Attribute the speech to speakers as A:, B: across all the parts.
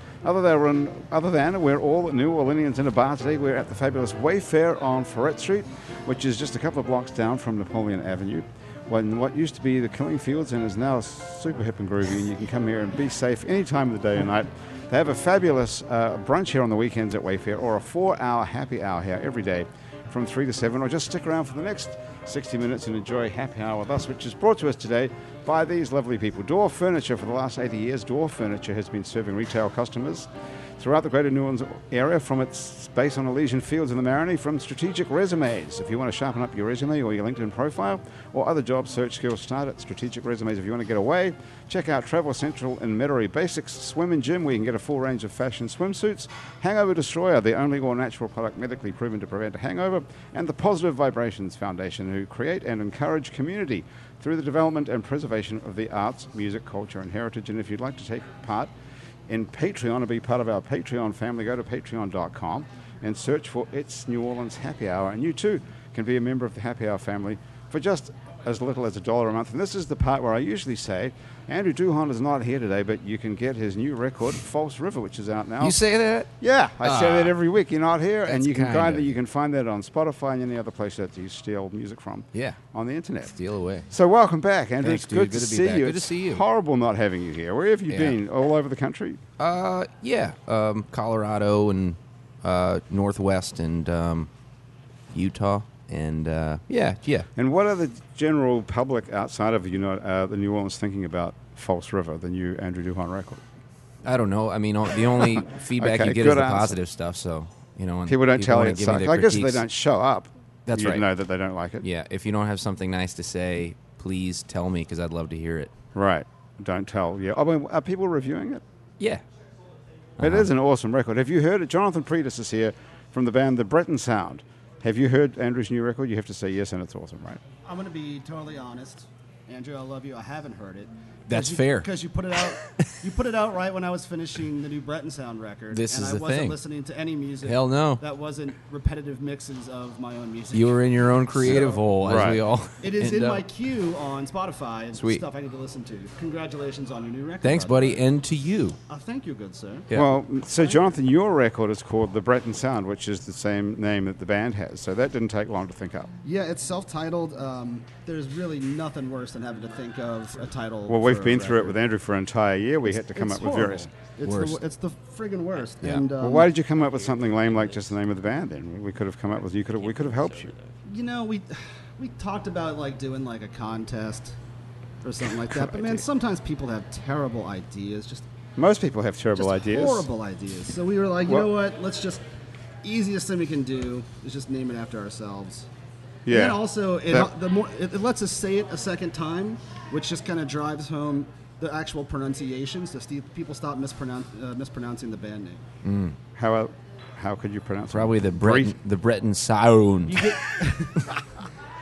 A: Other than, other than we're all New Orleanians in a bar today, we're at the fabulous Wayfair on Ferret Street, which is just a couple of blocks down from Napoleon Avenue. When what used to be the Killing Fields and is now super hip and groovy, and you can come here and be safe any time of the day or night. They have a fabulous uh, brunch here on the weekends at Wayfair, or a four-hour happy hour here every day from 3 to 7, or just stick around for the next 60 minutes and enjoy Happy Hour with us, which is brought to us today by these lovely people. Door Furniture, for the last 80 years, Door Furniture has been serving retail customers throughout the greater New Orleans area from its space on Elysian Fields in the Marigny from strategic resumes. If you want to sharpen up your resume or your LinkedIn profile or other job search skills, start at strategic resumes. If you want to get away, check out Travel Central in Metairie. Basics Swim and Gym, where you can get a full range of fashion swimsuits. Hangover Destroyer, the only all natural product medically proven to prevent a hangover. And the Positive Vibrations Foundation, who create and encourage community through the development and preservation of the arts, music, culture, and heritage. And if you'd like to take part, in Patreon and be part of our Patreon family, go to patreon.com and search for It's New Orleans Happy Hour. And you too can be a member of the Happy Hour family for just as little as a dollar a month. And this is the part where I usually say, Andrew Duhon is not here today, but you can get his new record, False River, which is out now.
B: You say that?
A: yeah, I say
B: Ah.
A: that every week. You're not here, and
B: That's
A: you can
B: kinda-
A: find that you can find that on Spotify and any other place that you steal music from.
B: Yeah.
A: on the internet.
B: Steal away.
A: So welcome back, Andrew.
B: Thanks,
A: it's
B: dude.
A: good,
B: Good
A: to,
B: to be
A: see
B: back.
A: you.
B: Good to
A: It's
B: see you.
A: Horrible not having you here. Where have you
B: Yeah.
A: been? All over the country.
B: Uh, yeah. Um, Colorado and uh, Northwest and um, Utah and uh, yeah, yeah.
A: And what are the general public outside of you know uh, the New Orleans thinking about False River, the new Andrew Duhon record?
B: Mm-hmm. I don't know. I mean, o- the only feedback
A: Okay,
B: you get is
A: good
B: the
A: answer.
B: positive stuff. So you know, and
A: People don't tell
B: wanna
A: you it
B: give me
A: sucks.
B: their
A: I guess if they
B: critiques.
A: don't show up.
B: That's
A: you'd
B: right.
A: Know that they don't like it.
B: Yeah, if you don't have something nice to say, please tell me because I'd love to hear it.
A: Right. Don't tell. Yeah. I mean, are people reviewing it?
B: Yeah. Uh-huh.
A: It is an awesome record. Have you heard it? Jonathan Priedus is here from the band The Breton Sound. Have you heard Andrew's new record? You have to say yes, and it's awesome, right?
C: I'm going to be totally honest, Andrew. I love you. I haven't heard it.
B: That's fair.
C: Because you put it out, you put it out right when I was finishing the new Breton Sound record.
B: This
C: and
B: is
C: I
B: the
C: wasn't
B: thing.
C: listening to any music.
B: Hell no.
C: That wasn't repetitive mixes of my own music.
B: You were in your own creative
C: So-
B: hole, as
A: Right.
B: we all.
C: It is
B: end
C: in
B: up.
C: my queue on Spotify and
B: Sweet.
C: stuff I need to listen to. Congratulations on your new record.
B: Thanks,
C: by the
B: buddy,
C: way.
B: and to you.
C: Uh, thank you, good sir.
B: Yeah.
A: Well, so Jonathan, your record is called The Breton Sound, which is the same name that the band has. So that didn't take long to think up.
C: Yeah, it's self-titled. Um, there's really nothing worse than having to think of a title.
A: Well, we've
C: for a
A: been through it
C: record.
A: with Andrew for an entire year. We had to come
C: It's
A: up with
C: horrible.
A: various.
C: It's
B: Worst.
C: the it's the friggin' worst.
B: Yeah.
C: And um,
A: Well, why did you come up with something lame like just the name of the band? Then we could have come up with you could have we could have helped you.
C: you know we we talked about like doing like a contest or something like that. But man, sometimes people have terrible ideas, just
A: Most people have terrible
C: just
A: ideas.
C: horrible ideas. So we were like, you
A: Well-
C: know what? Let's just easiest thing we can do is just name it after ourselves.
A: Yeah.
C: And then also, it,
A: That-
C: the more it, it lets us say it a second time, which just kind of drives home the actual pronunciation, so Steve, people stop mispronoun- uh, mispronouncing the band name.
A: How how could you pronounce it?
B: Probably the Breton, the Breton sound.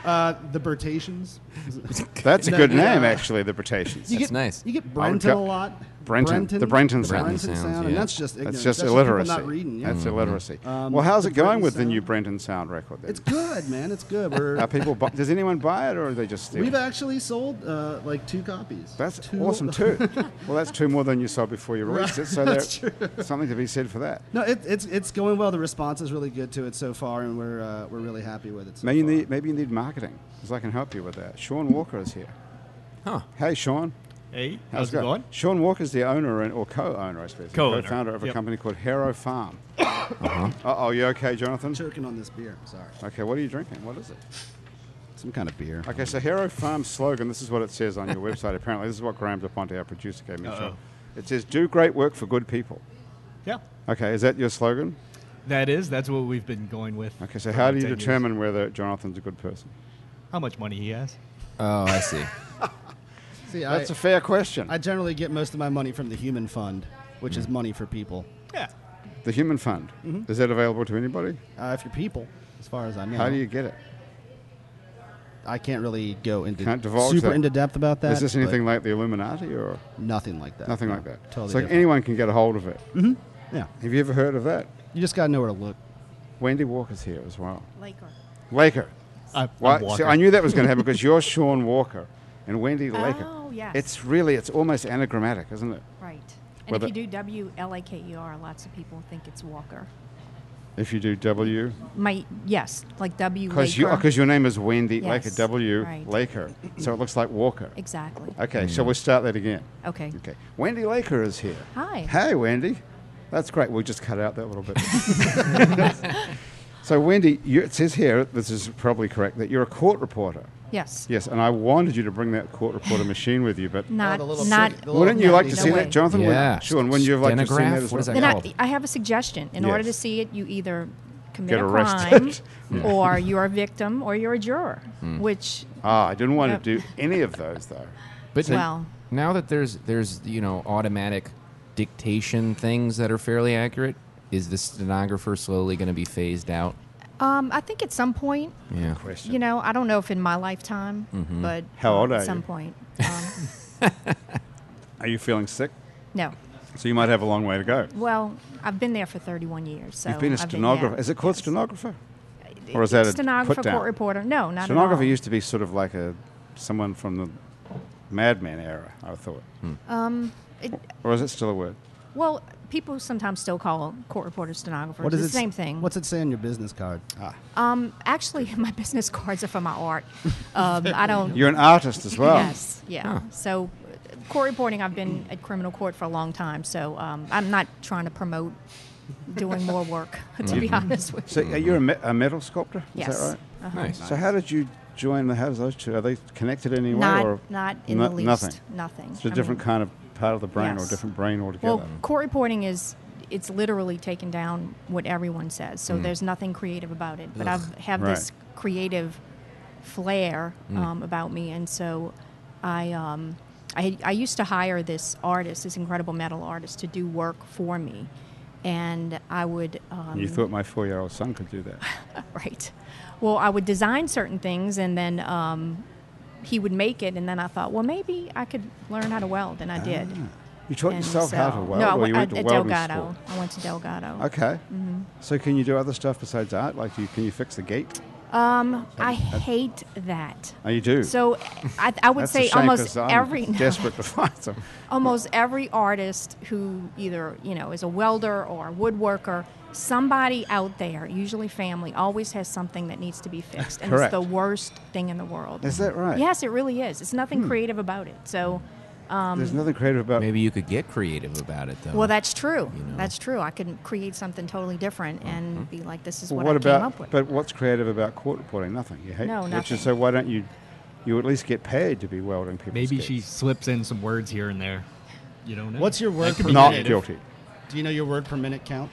C: Uh, the Bertations.
A: That's a
C: No,
A: good
C: you,
A: name,
C: uh,
A: actually. The Bretations.
C: You
B: That's
C: get,
B: nice.
C: You
A: I
C: get
A: would
C: Brenton
A: go-
C: a lot.
A: Brenton, the Brenton sound.
C: Brenton
B: Brenton
C: sound,
B: sounds,
C: and
B: yeah.
C: that's just ignorance.
A: That's just
C: people
A: illiteracy.
C: not reading. Yeah.
B: Mm-hmm.
A: That's illiteracy.
C: Um,
A: well, how's
C: the
A: it going
C: Breton
A: with the new
C: sound.
A: Brenton Sound record? Then?
C: Mm-hmm. It's good, man. It's good. We're,
A: Are people? Bu- does anyone buy it, or are they just? Stealing?
C: we've actually sold uh, like two copies.
A: That's
C: two
A: awesome too. well, that's two more than you saw before you released it. So
C: That's
A: there- something to be said for that.
C: No, it, it's it's going well. The response is really good to it so far, and we're uh, we're really happy with it. So
A: Maybe you
C: far.
A: need maybe you need marketing, because I can help you with that. Sean Walker is here.
B: Huh.
A: Hey, Sean.
D: Hey, how's, it going?
A: Sean Walker's the owner and, or co-owner, I suppose.
D: Co-owner,
A: founder of a
D: yep. Uh-huh.
A: company called Hero Farm. Uh-oh, you okay, Jonathan?
C: Choking on this beer. Sorry,
A: Okay, what are you drinking? What is it?
C: some kind of beer.
A: Okay, so Hero Farm's slogan, this is what it says on your website, apparently. This is what Graham DePonte, our producer, gave me. a shot.
D: Uh-oh.
A: It says, do great work for good people.
D: Yeah,
A: Okay, is that your slogan?
D: that is. That's what we've been going with.
A: Okay, so
D: for
A: how
D: like
A: do you
D: 10 years.
A: determine whether Jonathan's a good person?
D: how much money he has?
B: Oh, I see.
C: See, I,
A: That's a fair question. Mm.
C: I generally get most of my money from the Human Fund, which is money for people.
D: Yeah,
A: The Human Fund.
C: Mm-hmm.
A: Is that available to anybody?
C: Uh, if you're people, as far as I know,
A: How do you get it?
C: I can't really go into
A: Can't divulge
C: super
A: that.
C: into depth about that.
A: Is this
C: but
A: anything like the Illuminati or
C: Nothing like that.
A: nothing
C: No,
A: like that?
C: Totally.
A: so
C: different.
A: anyone can get a hold of it.
C: yeah,
A: Have you ever heard of that?
C: you just gotta know where to look.
A: Wendy Walker's here as well.
E: Laker.
A: Laker.
D: I, I'm
A: Why- See,
D: Walker.
A: I knew that was going to happen because you're Sean Walker and Wendy Laker.
E: Oh, yes.
A: It's really, it's almost anagrammatic, isn't it?
E: Right. And
A: Well,
E: if
A: that-
E: you do W L A K E R, lots of people think it's Walker.
A: If you do W,
E: My yes, like W.
A: because you,
E: Laker.
A: because your name is Wendy Laker,
E: Yes,
A: W
E: right.
A: Laker, so it looks like Walker.
E: exactly.
A: Okay, shall we start that again?
E: Okay.
A: Okay, Wendy Laker is here.
E: Hi.
A: Hey, Wendy. That's great. We'll just cut out that little bit. so, Wendy, you, it says here, this is probably correct, that you're a court reporter.
E: Yes.
A: Yes, and I wanted you to bring that court reporter machine with you, but
E: Not.
C: the little
E: not.
C: city- the little-
A: wouldn't you like to
E: No
A: see
E: way.
A: that, Jonathan? Would-
B: Yeah.
A: Sean, wouldn't you have liked to see that
B: Stenograph?
A: as
B: What
A: well?
B: is that
E: Then I,
B: called?
E: I have a suggestion. In order to
A: Yes.
E: see it, you either commit
A: Get
E: a crime,
A: arrested. Hmm.
E: or you're a victim, or you're a juror. Which
A: Ah, I didn't want
E: Yep.
A: to do any of those, though.
B: But
E: Well-
B: now that there's there's you know automatic dictation things that are fairly accurate, is the stenographer slowly going to be phased out?
E: um, I think at some point,
B: Yeah.
A: Question.
E: you know, I don't know if in my lifetime, but
A: Mm-hmm. How old
E: uh,
A: are
E: at some
A: you?
E: point. Um,
A: Are you feeling sick?
E: no.
A: So you might have a long way to go.
E: Well, I've been there for 31 years. So
A: You've been a
E: I've
A: stenographer.
E: yeah.
A: is it called stenographer? Or is that a
E: stenographer,
A: put down?
E: court reporter? No, not
A: Stenographer
E: at all.
A: used to be sort of like a someone from the Mad Men era, I thought.
E: Um, It-
A: Or is it still a word?
E: well, people sometimes still call court reporters stenographers.
C: What is
E: it's
C: it?
E: the same thing.
C: What's it say on your business card?
A: Ah.
E: um, actually, my business cards are for my art. Um, I don't.
A: You're an artist as well.
E: Yes, yeah. So, uh, court reporting, I've been at criminal court for a long time, so um, I'm not trying to promote doing more work, to be honest with you.
A: So uh, you're a, me- a metal sculptor, is
E: Yes.
A: that right?
E: Uh-huh.
B: Nice.
A: So how did you join the? How does those two? Are they connected in any way? or
E: Not, not in the
A: no-
E: least.
A: Nothing.
E: Nothing.
A: It's a
E: I
A: different
E: mean,
A: kind of part of the brain or a
E: Yes.
A: different brain altogether.
E: Well, court reporting is it's literally taking down what everyone says, so there's nothing creative about it. But I've have
A: Right.
E: this creative flair um, about me, and so I. Um, I, I used to hire this artist, this incredible metal artist, to do work for me, and I would. Um,
A: you thought my four-year-old son could do that.
E: Right. Well, I would design certain things, and then um, he would make it, and then I thought, well, maybe I could learn how to weld, and I did.
A: You taught
E: And
A: yourself how to
E: so-
A: weld,
E: No, I
A: or
E: went-
A: you went
E: I-
A: to
E: at
A: welding
E: Delgado. Mm-hmm.
A: school.
E: I went to Delgado.
A: Okay. So can you do other stuff besides art? Like, you, can you fix the gate?
E: Um, I hate that.
A: Oh, you do.
E: So I, I would
A: That's
E: say
A: a shame
E: almost
A: 'cause I'm
E: every no,
A: desperate to find some.
E: almost every artist who either you know is a welder or a woodworker, somebody out there, usually family, always has something that needs to be fixed, and
A: Correct.
E: it's the worst thing in the world.
A: Is that right? Hmm.
E: Yes, it really is. It's nothing creative about it. So,
A: There's nothing creative about.
B: Maybe you could get creative about it though.
E: well, that's true.
B: You know.
E: That's true. I could create something totally different and be like, this is
A: Mm-hmm. Well,
E: what,
A: what
E: I
A: about?
E: came up with.
A: But what's creative about court reporting? Nothing. You hate.
E: No,
A: Which
E: nothing.
A: is, so why don't you? You at least get paid to be welding people's
D: Maybe
A: gates.
D: she slips in some words here and there. You don't know.
C: What's your
D: That
C: word
D: could
C: for
D: be
A: not
C: creative.
A: guilty.
C: Do you know your word per minute count?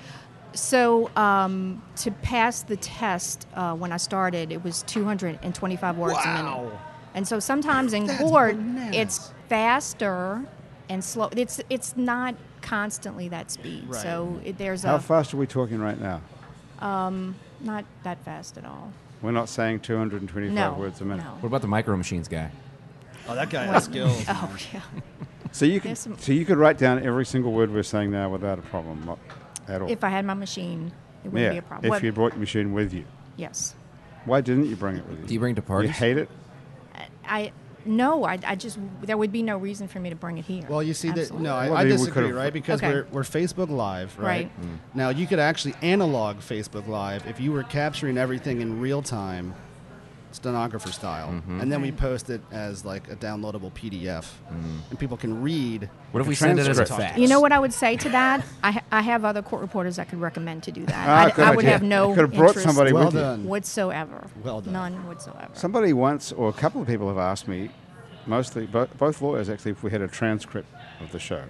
E: So um, to pass the test uh, when I started, it was 225 words a minute.
C: Wow.
E: And so sometimes in
C: That's
E: court,
C: bananas.
E: it's faster and slow. It's it's not constantly that speed.
C: Right.
E: So it, there's
A: How
E: a
A: fast are we talking right now?
E: not that fast at all.
A: We're not saying 225
E: No,
A: words a minute.
E: no.
B: what about the micro machines guy?
C: Oh, that guy has skills.
E: Oh yeah.
A: So you can
E: There's some-
A: so you could write down every single word we're saying now without a problem mo- at all.
E: If I had my machine, it wouldn't
A: yeah,
E: be a problem.
A: if
E: What-
A: you brought your machine with you,
E: yes.
A: why didn't you bring it with you?
B: Do you bring it to
A: You
B: parties?
A: hate it.
E: I no. I, I just there would be no reason for me to bring it here.
C: Well, you see, that no, I,
A: Well,
C: I
A: maybe we
C: disagree,
A: could've-
C: right? Because
E: Okay.
C: we're, we're Facebook Live, right?
E: Right. Mm.
C: Now, you could actually analog Facebook Live if you were capturing everything in real time, stenographer style,
A: Mm-hmm.
C: and then we
E: Right.
C: post it as like a downloadable PDF,
A: Mm.
C: and people can read.
B: What if
A: The
B: we send it as a
A: transcript.
B: fax?
E: You know what I would say to that? I, ha- I have other court reporters I could recommend to do that.
A: Ah,
E: I d-
A: good
E: I, would
A: idea.
E: have no
A: You could have brought
E: interest
A: somebody
C: Well
A: with you.
C: done.
E: whatsoever.
C: Well done.
E: None whatsoever.
A: Somebody once, or a couple of people have asked me, mostly bo- both lawyers actually, if we had a transcript of the show.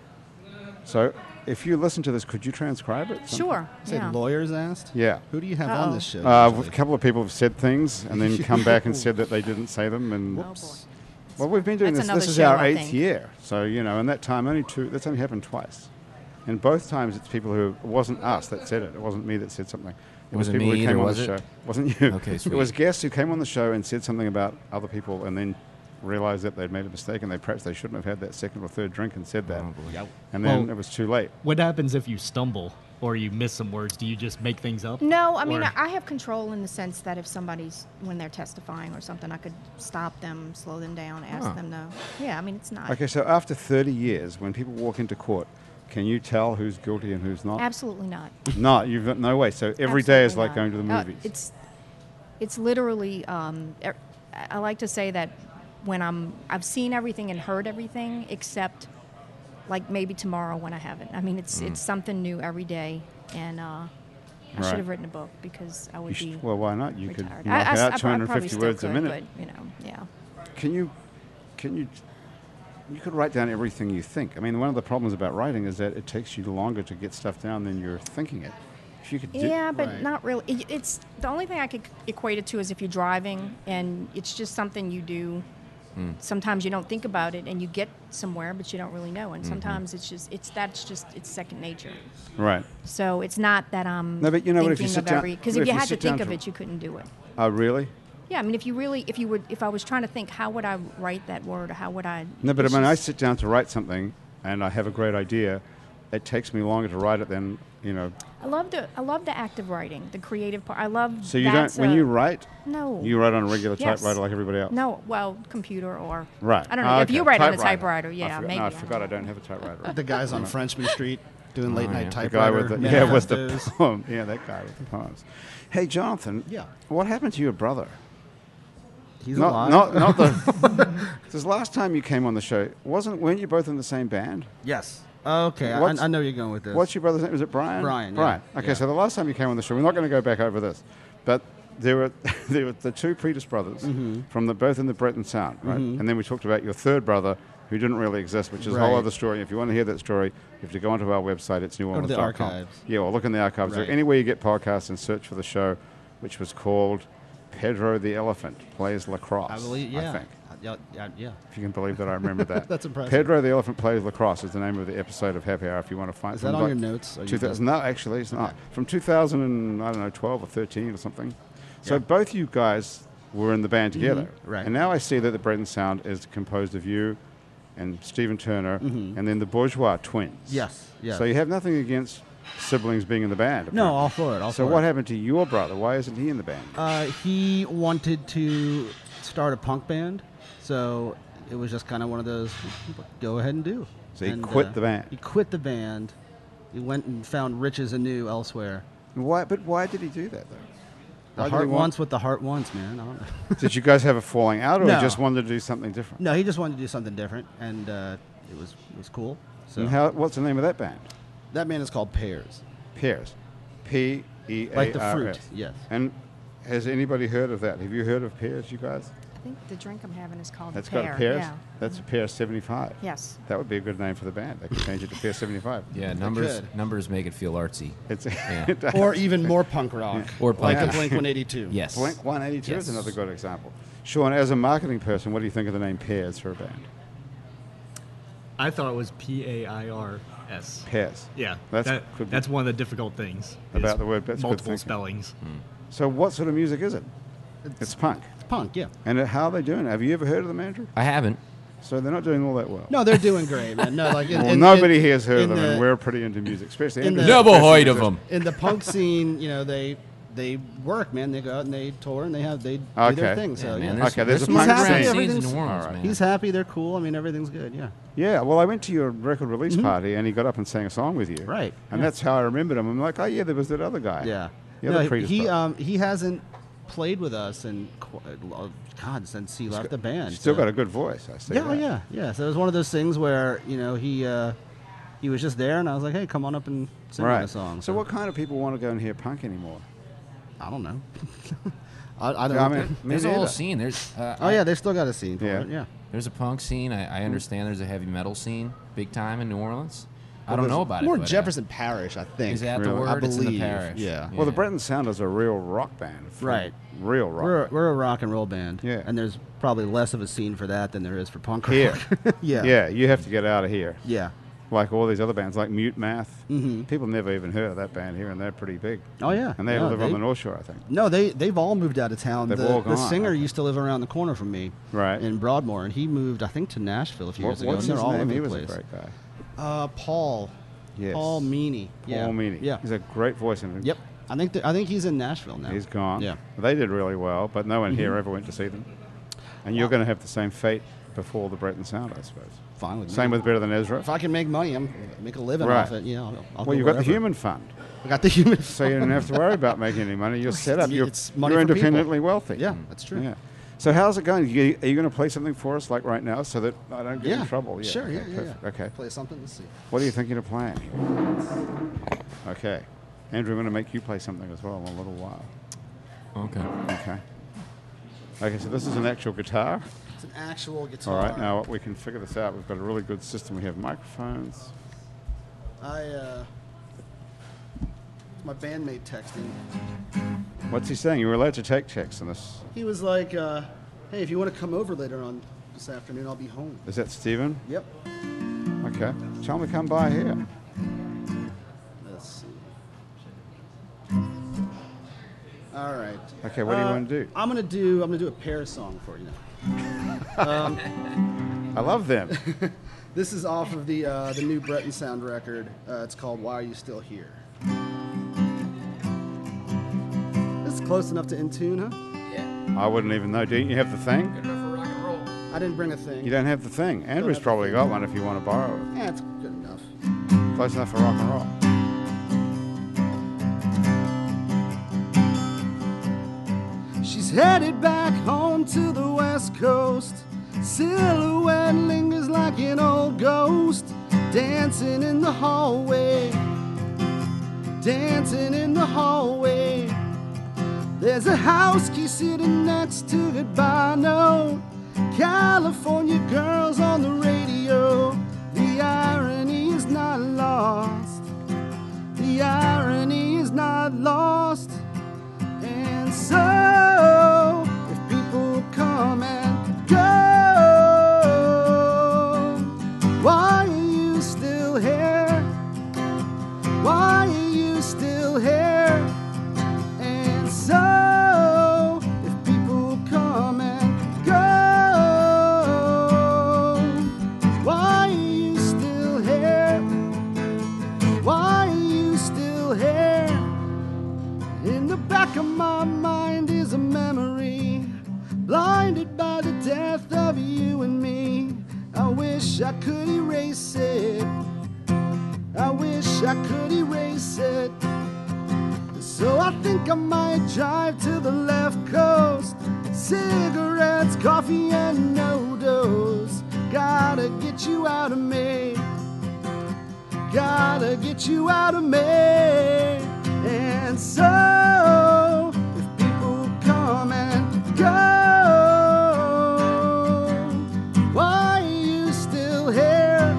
A: So if you listen to this, could you transcribe it?
E: sure.
C: Say
E: yeah.
C: lawyers asked.
A: Yeah.
C: Who do you have on
E: Uh-oh.
C: this show?
A: Uh,
C: usually?
A: a couple of people have said things and then come back and said that they didn't say them. And
E: Oh boy.
A: well, we've been doing
E: That's
A: this. This
E: another
A: is our
E: show, I
A: eighth
E: think.
A: year, so you know, in that time, only two. That's only happened twice. And both times it's people who it wasn't us that said it. It wasn't me that said something. It was
B: Wasn't
A: people
B: me
A: who came
B: either,
A: on
B: was
A: the
B: it?
A: show. Wasn't you?
B: Okay,
A: It was
B: sweet.
A: guests who came on the show and said something about other people, and then realized that they'd made a mistake, and they perhaps they shouldn't have had that second or third drink and said that.
B: Oh,
A: And then
D: Well-
A: it was too late.
D: What happens if you stumble or you miss some words? Do you just make things up?
E: No, I mean
D: Or-
E: I I have control in the sense that if somebody's when they're testifying or something, I could stop them, slow them down, ask
B: Huh.
E: them to. Yeah, I mean it's not.
A: Okay, so after 30 years, when people walk into court, can you tell who's guilty and who's not?
E: Absolutely not.
A: No, you've got no way. So every day is like
E: Absolutely
A: going to the
E: not. Uh,
A: movies.
E: it's it's literally. Um, er- I I like to say that when I'm I've seen everything and heard everything except like maybe tomorrow when I haven't. I mean
A: Mm.
E: it's it's something new every day, and uh, I
A: Right.
E: should have written a book because I would
A: You
E: be.
A: should- well, why not? You
E: retired.
A: could knock
E: I, I s- I
A: out
E: prob- I
A: 250
E: probably still
A: words a
E: could,
A: minute.
E: But, you know, yeah.
A: Can you, can you, you could write down everything you think. I mean, one of the problems about writing is that it takes you longer to get stuff down than you're thinking it. If you could do,
E: Yeah, but
C: Right.
E: not really. It, it's the only thing I could equate it to is if you're driving and it's just something you do.
A: Hmm.
E: Sometimes you don't think about it and you get somewhere, but you don't really know.
A: Mm-hmm.
E: And sometimes it's just it's that's just it's second nature.
A: right.
E: So it's not that I'm
A: No, but you know what, if you
E: thinking
A: sit
E: of
A: down-
E: every because
A: but
E: if,
A: if
E: you
A: you
E: had to
A: sit down
E: think of
A: to-
E: it, you couldn't do it.
A: Oh, really?
E: Yeah, I mean, if you really if you would if I was trying to think, how would I write that word? Or how would I?
A: No, but I
E: it's
A: mean, I
E: just-
A: sit down to write something, and I have a great idea. It takes me longer to write it than you know.
E: I love the I love the act of writing, the creative part. I love
A: So you
E: that's
A: don't when
E: a-
A: you write.
E: no
A: You write on a regular
E: Yes.
A: typewriter like everybody else.
E: No, well, computer or
A: Right.
E: I don't know.
A: Ah,
E: If you
A: okay.
E: write on a typewriter, yeah,
A: I forgot,
E: maybe.
A: No, I
E: don't
A: forgot I
E: know.
A: don't have a typewriter.
C: The guys on Frenchman Street doing late night
A: The guy
C: typewriter.
A: with the Oh, yeah
C: manifestos.
A: with the poem. Yeah, that guy with the poems. Hey, Jonathan.
C: Yeah.
A: What happened to your brother?
C: He's
A: Not,
C: alive.
A: not, not the. Because last time you came on the show, wasn't weren't you both in the same band?
C: Yes. Okay, I,
A: What's-
C: I know you're going with this.
A: What's your brother's name? Was it Brian?
C: Brian, yeah.
A: Brian. Okay,
C: Yeah.
A: so the last time you came on the show, we're not going to go back over this, but there were there were the two Pretus brothers
C: Mm-hmm.
A: from the both in the Breton Sound, right? And then we talked about your third brother who didn't really exist, which is a whole
C: Right.
A: other story. If you want to hear that story, you have to go onto our website. It's New
C: Go to the archives.
A: Yeah, or look in the archives or
C: Right.
A: anywhere you get podcasts and search for the show, which was called Pedro the Elephant plays lacrosse.
C: I believe, yeah. Uh,
A: I think.
C: Yeah, yeah, yeah.
A: If you can believe that, I remember that.
C: That's impressive.
A: Pedro the Elephant Plays Lacrosse is the name of the episode of Happy Hour. If you want to find,
C: Is that
A: from
C: on
A: like
C: your notes? Are you
A: 2000 no, actually, it's not. From 2000 and I don't know, 12 or 13 or something. So
C: Yeah. Mm-hmm.
A: both you guys were in the band together,
C: Right.
A: And now I see that the Breton Sound is composed of you and Stephen Turner, and then the Bourgeois twins.
C: Mm-hmm. Yes, yes.
A: So you have nothing against siblings being in the band.
C: No,
A: apparently.
C: all for it. All
A: So
C: for
A: what
C: it.
A: happened to your brother? Why isn't he in the band?
C: Uh, he wanted to start a punk band, so it was just kind of one of those go ahead and do.
A: So he
C: And, uh,
A: quit the band.
C: He quit the band. He went and found riches anew elsewhere.
A: Why? But why did he do that though?
C: The
A: Why did he
C: heart
A: want-
C: wants what the heart wants, man. I don't know.
A: Did you guys have a falling out, or
C: No.
A: just wanted to do something different?
C: no, he just wanted to do something different, and uh, it was it was cool. So
A: And how, what's the name of that band?
C: that man is called Pears.
A: Pears. P E A R S.
C: Like the fruit, yes.
A: And has anybody heard of that? Have you heard of Pears, you guys?
E: I think the drink I'm having is called
A: That's
E: pear.
A: got a Pears?
E: Yeah.
A: That's a Pear 75.
E: Yes.
A: That would be a good name for the band. They could change it to Pear 75.
B: Yeah, numbers
C: could.
B: numbers make it feel artsy.
A: It's
B: Yeah.
A: it does.
C: Or even more punk rock.
B: Or punk
C: like
B: rock.
C: a Blink 182.
B: Yes.
A: Blink 182 is
B: Yes.
A: another good example. Sean, as a marketing person, what do you think of the name Pears for a band?
D: I thought it was P A I R S.
A: Pears.
D: Yeah,
A: That's,
D: that-
A: could be-
D: that's one of the difficult things is
A: About the word, that's good
D: multiple
A: thinking. Mm-hmm.
D: spellings.
A: So, what sort of music is it? It's, punk.
C: It's punk, yeah.
A: And how are they doing? Have you ever heard of them, Andrew?
B: I haven't.
A: So they're not doing all that well.
C: No, they're doing great, man. No, like in,
A: Well,
C: in-
A: nobody
C: in-
A: here's heard
C: in
A: of them,
C: the-
A: and we're pretty into music, especially.
C: in
A: Andrew's
C: the-
A: a
C: Never
A: person
B: heard
A: who's
B: of
A: just-
B: 'em.
C: in the punk scene, you know, they they work, man. They go out and they tour and they have they do
A: Okay.
C: their thing. So
B: Man,
C: yeah.
A: there's- Okay, there's a
C: punk
B: underground
C: scene.
B: scenes
C: Everything's-
B: in New Orleans,
A: Alright.
B: man.
C: he's happy. They're cool. I mean, everything's good. Yeah.
A: Yeah, well, I went to your record release party, and he got up and sang a song with you.
C: Mm-hmm. Right,
A: And
C: yeah.
A: that's how I remembered him. I'm like, oh yeah, there was that other guy.
C: Yeah.
A: The
C: no,
A: other
C: he
A: Prius
C: he,
A: brother.
C: um, he hasn't played with us and God since he left the band.
A: Still
C: so-
A: got a good voice. I see.
C: Yeah, oh,
A: that.
C: yeah, yeah. So it was one of those things where you know he uh, he was just there, and I was like, hey, come on up and sing
A: Right.
C: a song.
A: So what kind of people want to go and hear punk anymore?
C: I don't know. I, I don't.
A: Yeah, I
C: know.
A: mean, me
B: There's a whole
A: neither.
B: scene. There's uh,
C: oh
B: I-
C: yeah, they still got a scene. For
A: Yeah.
C: yeah, it. yeah.
B: There's a punk scene. I, I understand there's a heavy metal scene, big time in New Orleans. I
A: Well,
B: don't
A: there's
B: know about it.
C: More
B: but, uh,
C: Jefferson Parish, I think.
B: is that
A: Really?
B: the word?
A: I
B: It's in the
C: believe,
B: parish.
C: yeah.
A: Well, the Breton Sound is a real rock band. from-
C: Right.
A: Real rock.
C: We're, we're a rock and roll band.
A: Yeah.
C: And there's probably less of a scene for that than there is for punk rock.
A: Here.
C: yeah.
A: yeah, you have to get out of here.
C: Yeah.
A: like all these other bands, like Mute Math.
C: Mm-hmm.
A: People never even heard of that band here, and they're pretty big.
C: Oh, yeah.
A: and they
C: Yeah,
A: live on
C: they-
A: the North Shore, I think.
C: No, they they've all moved out of town.
A: They've
C: the,
A: all
C: the
A: gone,
C: singer
A: okay.
C: used to live around the corner from me,
A: Right.
C: in Broadmoor, and he moved, I think, to Nashville a few
A: What-
C: years ago.
A: what's
C: and they're
A: his
C: all
A: name?
C: over
A: He
C: the
A: was
C: place.
A: a great guy.
C: Uh, Paul.
A: Yes.
C: Paul Meany. yeah.
A: Paul Meany.
C: Yeah.
A: He's a great voice. And
C: yep. I think th- I think he's in Nashville now.
A: He's gone.
C: Yeah. Mm-hmm.
A: They did really well, but no one here ever went to see them. And you're going to have the same fate before the Breton Sound, I suppose.
C: Fine with me.
A: Same with Better Than Ezra.
C: If I can make money, I'm make a living
A: Right.
C: off it. Yeah. I'll,
A: well,
C: I'll go
A: you've got the
C: wherever.
A: Human Fund,
C: I got the human.
A: so you don't have to worry about making any money. You're set up. You're,
C: It's money
A: you're
C: for people.
A: independently wealthy.
C: Yeah, that's true.
A: Yeah. So how's it going? You, are you going to play something for us, like right now, so that I don't get
C: yeah.
A: in trouble?
C: Sure. Yeah.
A: okay,
C: Yeah,
A: perfect.
C: yeah.
A: Okay.
C: Play something. Let's see.
A: What are you thinking of playing? Okay. Andrew, I'm going to make you play something as well in a little while.
F: Okay.
A: Okay. Okay, so this is an actual guitar.
C: It's an actual guitar.
A: All right, now we can figure this out. We've got a really good system. We have microphones.
C: I uh, my bandmate texting.
A: What's he saying? You were allowed to take texts in this.
C: He was like, uh, "Hey, if you want to come over later on this afternoon, I'll be home."
A: Is that Stephen?
C: Yep.
A: Okay. Tell him to come by here.
C: Let's see. All right.
A: Okay, what do you want to do?
C: I'm gonna do. I'm gonna do a pair song for you now.
A: I love them.
C: This is off of the uh, the new Breton Sound record. Uh, it's called "Why Are You Still Here." This is close enough to in tune, huh?
A: I wouldn't even know. Don't you have the thing?
C: I didn't bring a thing.
A: You don't have the thing. Andrew's
C: have the
A: probably
C: thing.
A: got one if you want to borrow it.
C: That's good enough.
A: Close enough for rock and roll.
C: She's headed back home to the west coast. Silhouette lingers like an old ghost, dancing in the hallway. Dancing in the hallway. There's a house key sitting next to goodbye note. California girls on the radio. The irony is not lost. The irony is not lost. And so, if people come and go, why are you still here? Why are you still here? And so, if people come and go, why are you still here? Why are you still here? In the back of my mind is a memory, blinded by the death of you and me. I wish I could erase it. I wish I could erase it. So I think I might drive to the left coast. Cigarettes, coffee, and no dose. Gotta get you out of me gotta get you out of me. And so, if people come and go, why are you still here?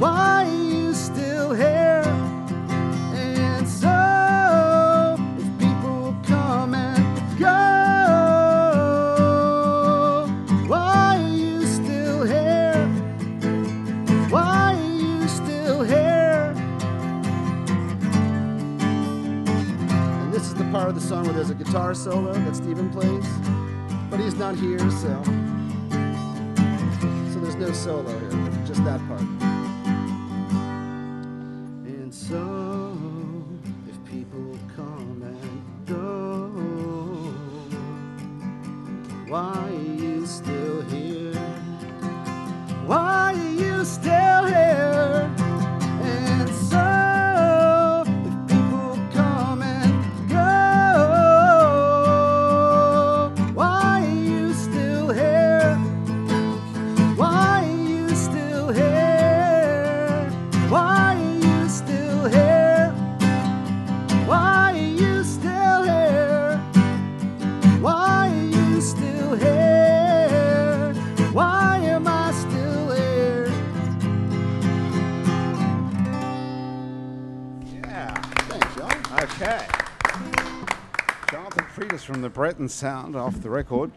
C: Why are you still here? And so, if people come and go, why are you still here? Why are you still here? And this is the part of the song where there's a guitar solo that Steven plays, but he's not here, so. So there's no solo here, just that part. And so, if people come and go, why are you still here? Why are you still here? And so, if people come and go, why are you still here? Why are you still here? Why are you still here? Why are you still here? Why are you still here? Why am I still here?
A: Yeah.
C: Thanks, y'all.
A: Okay. Jonathan Priebus from the Breton Sound off the record.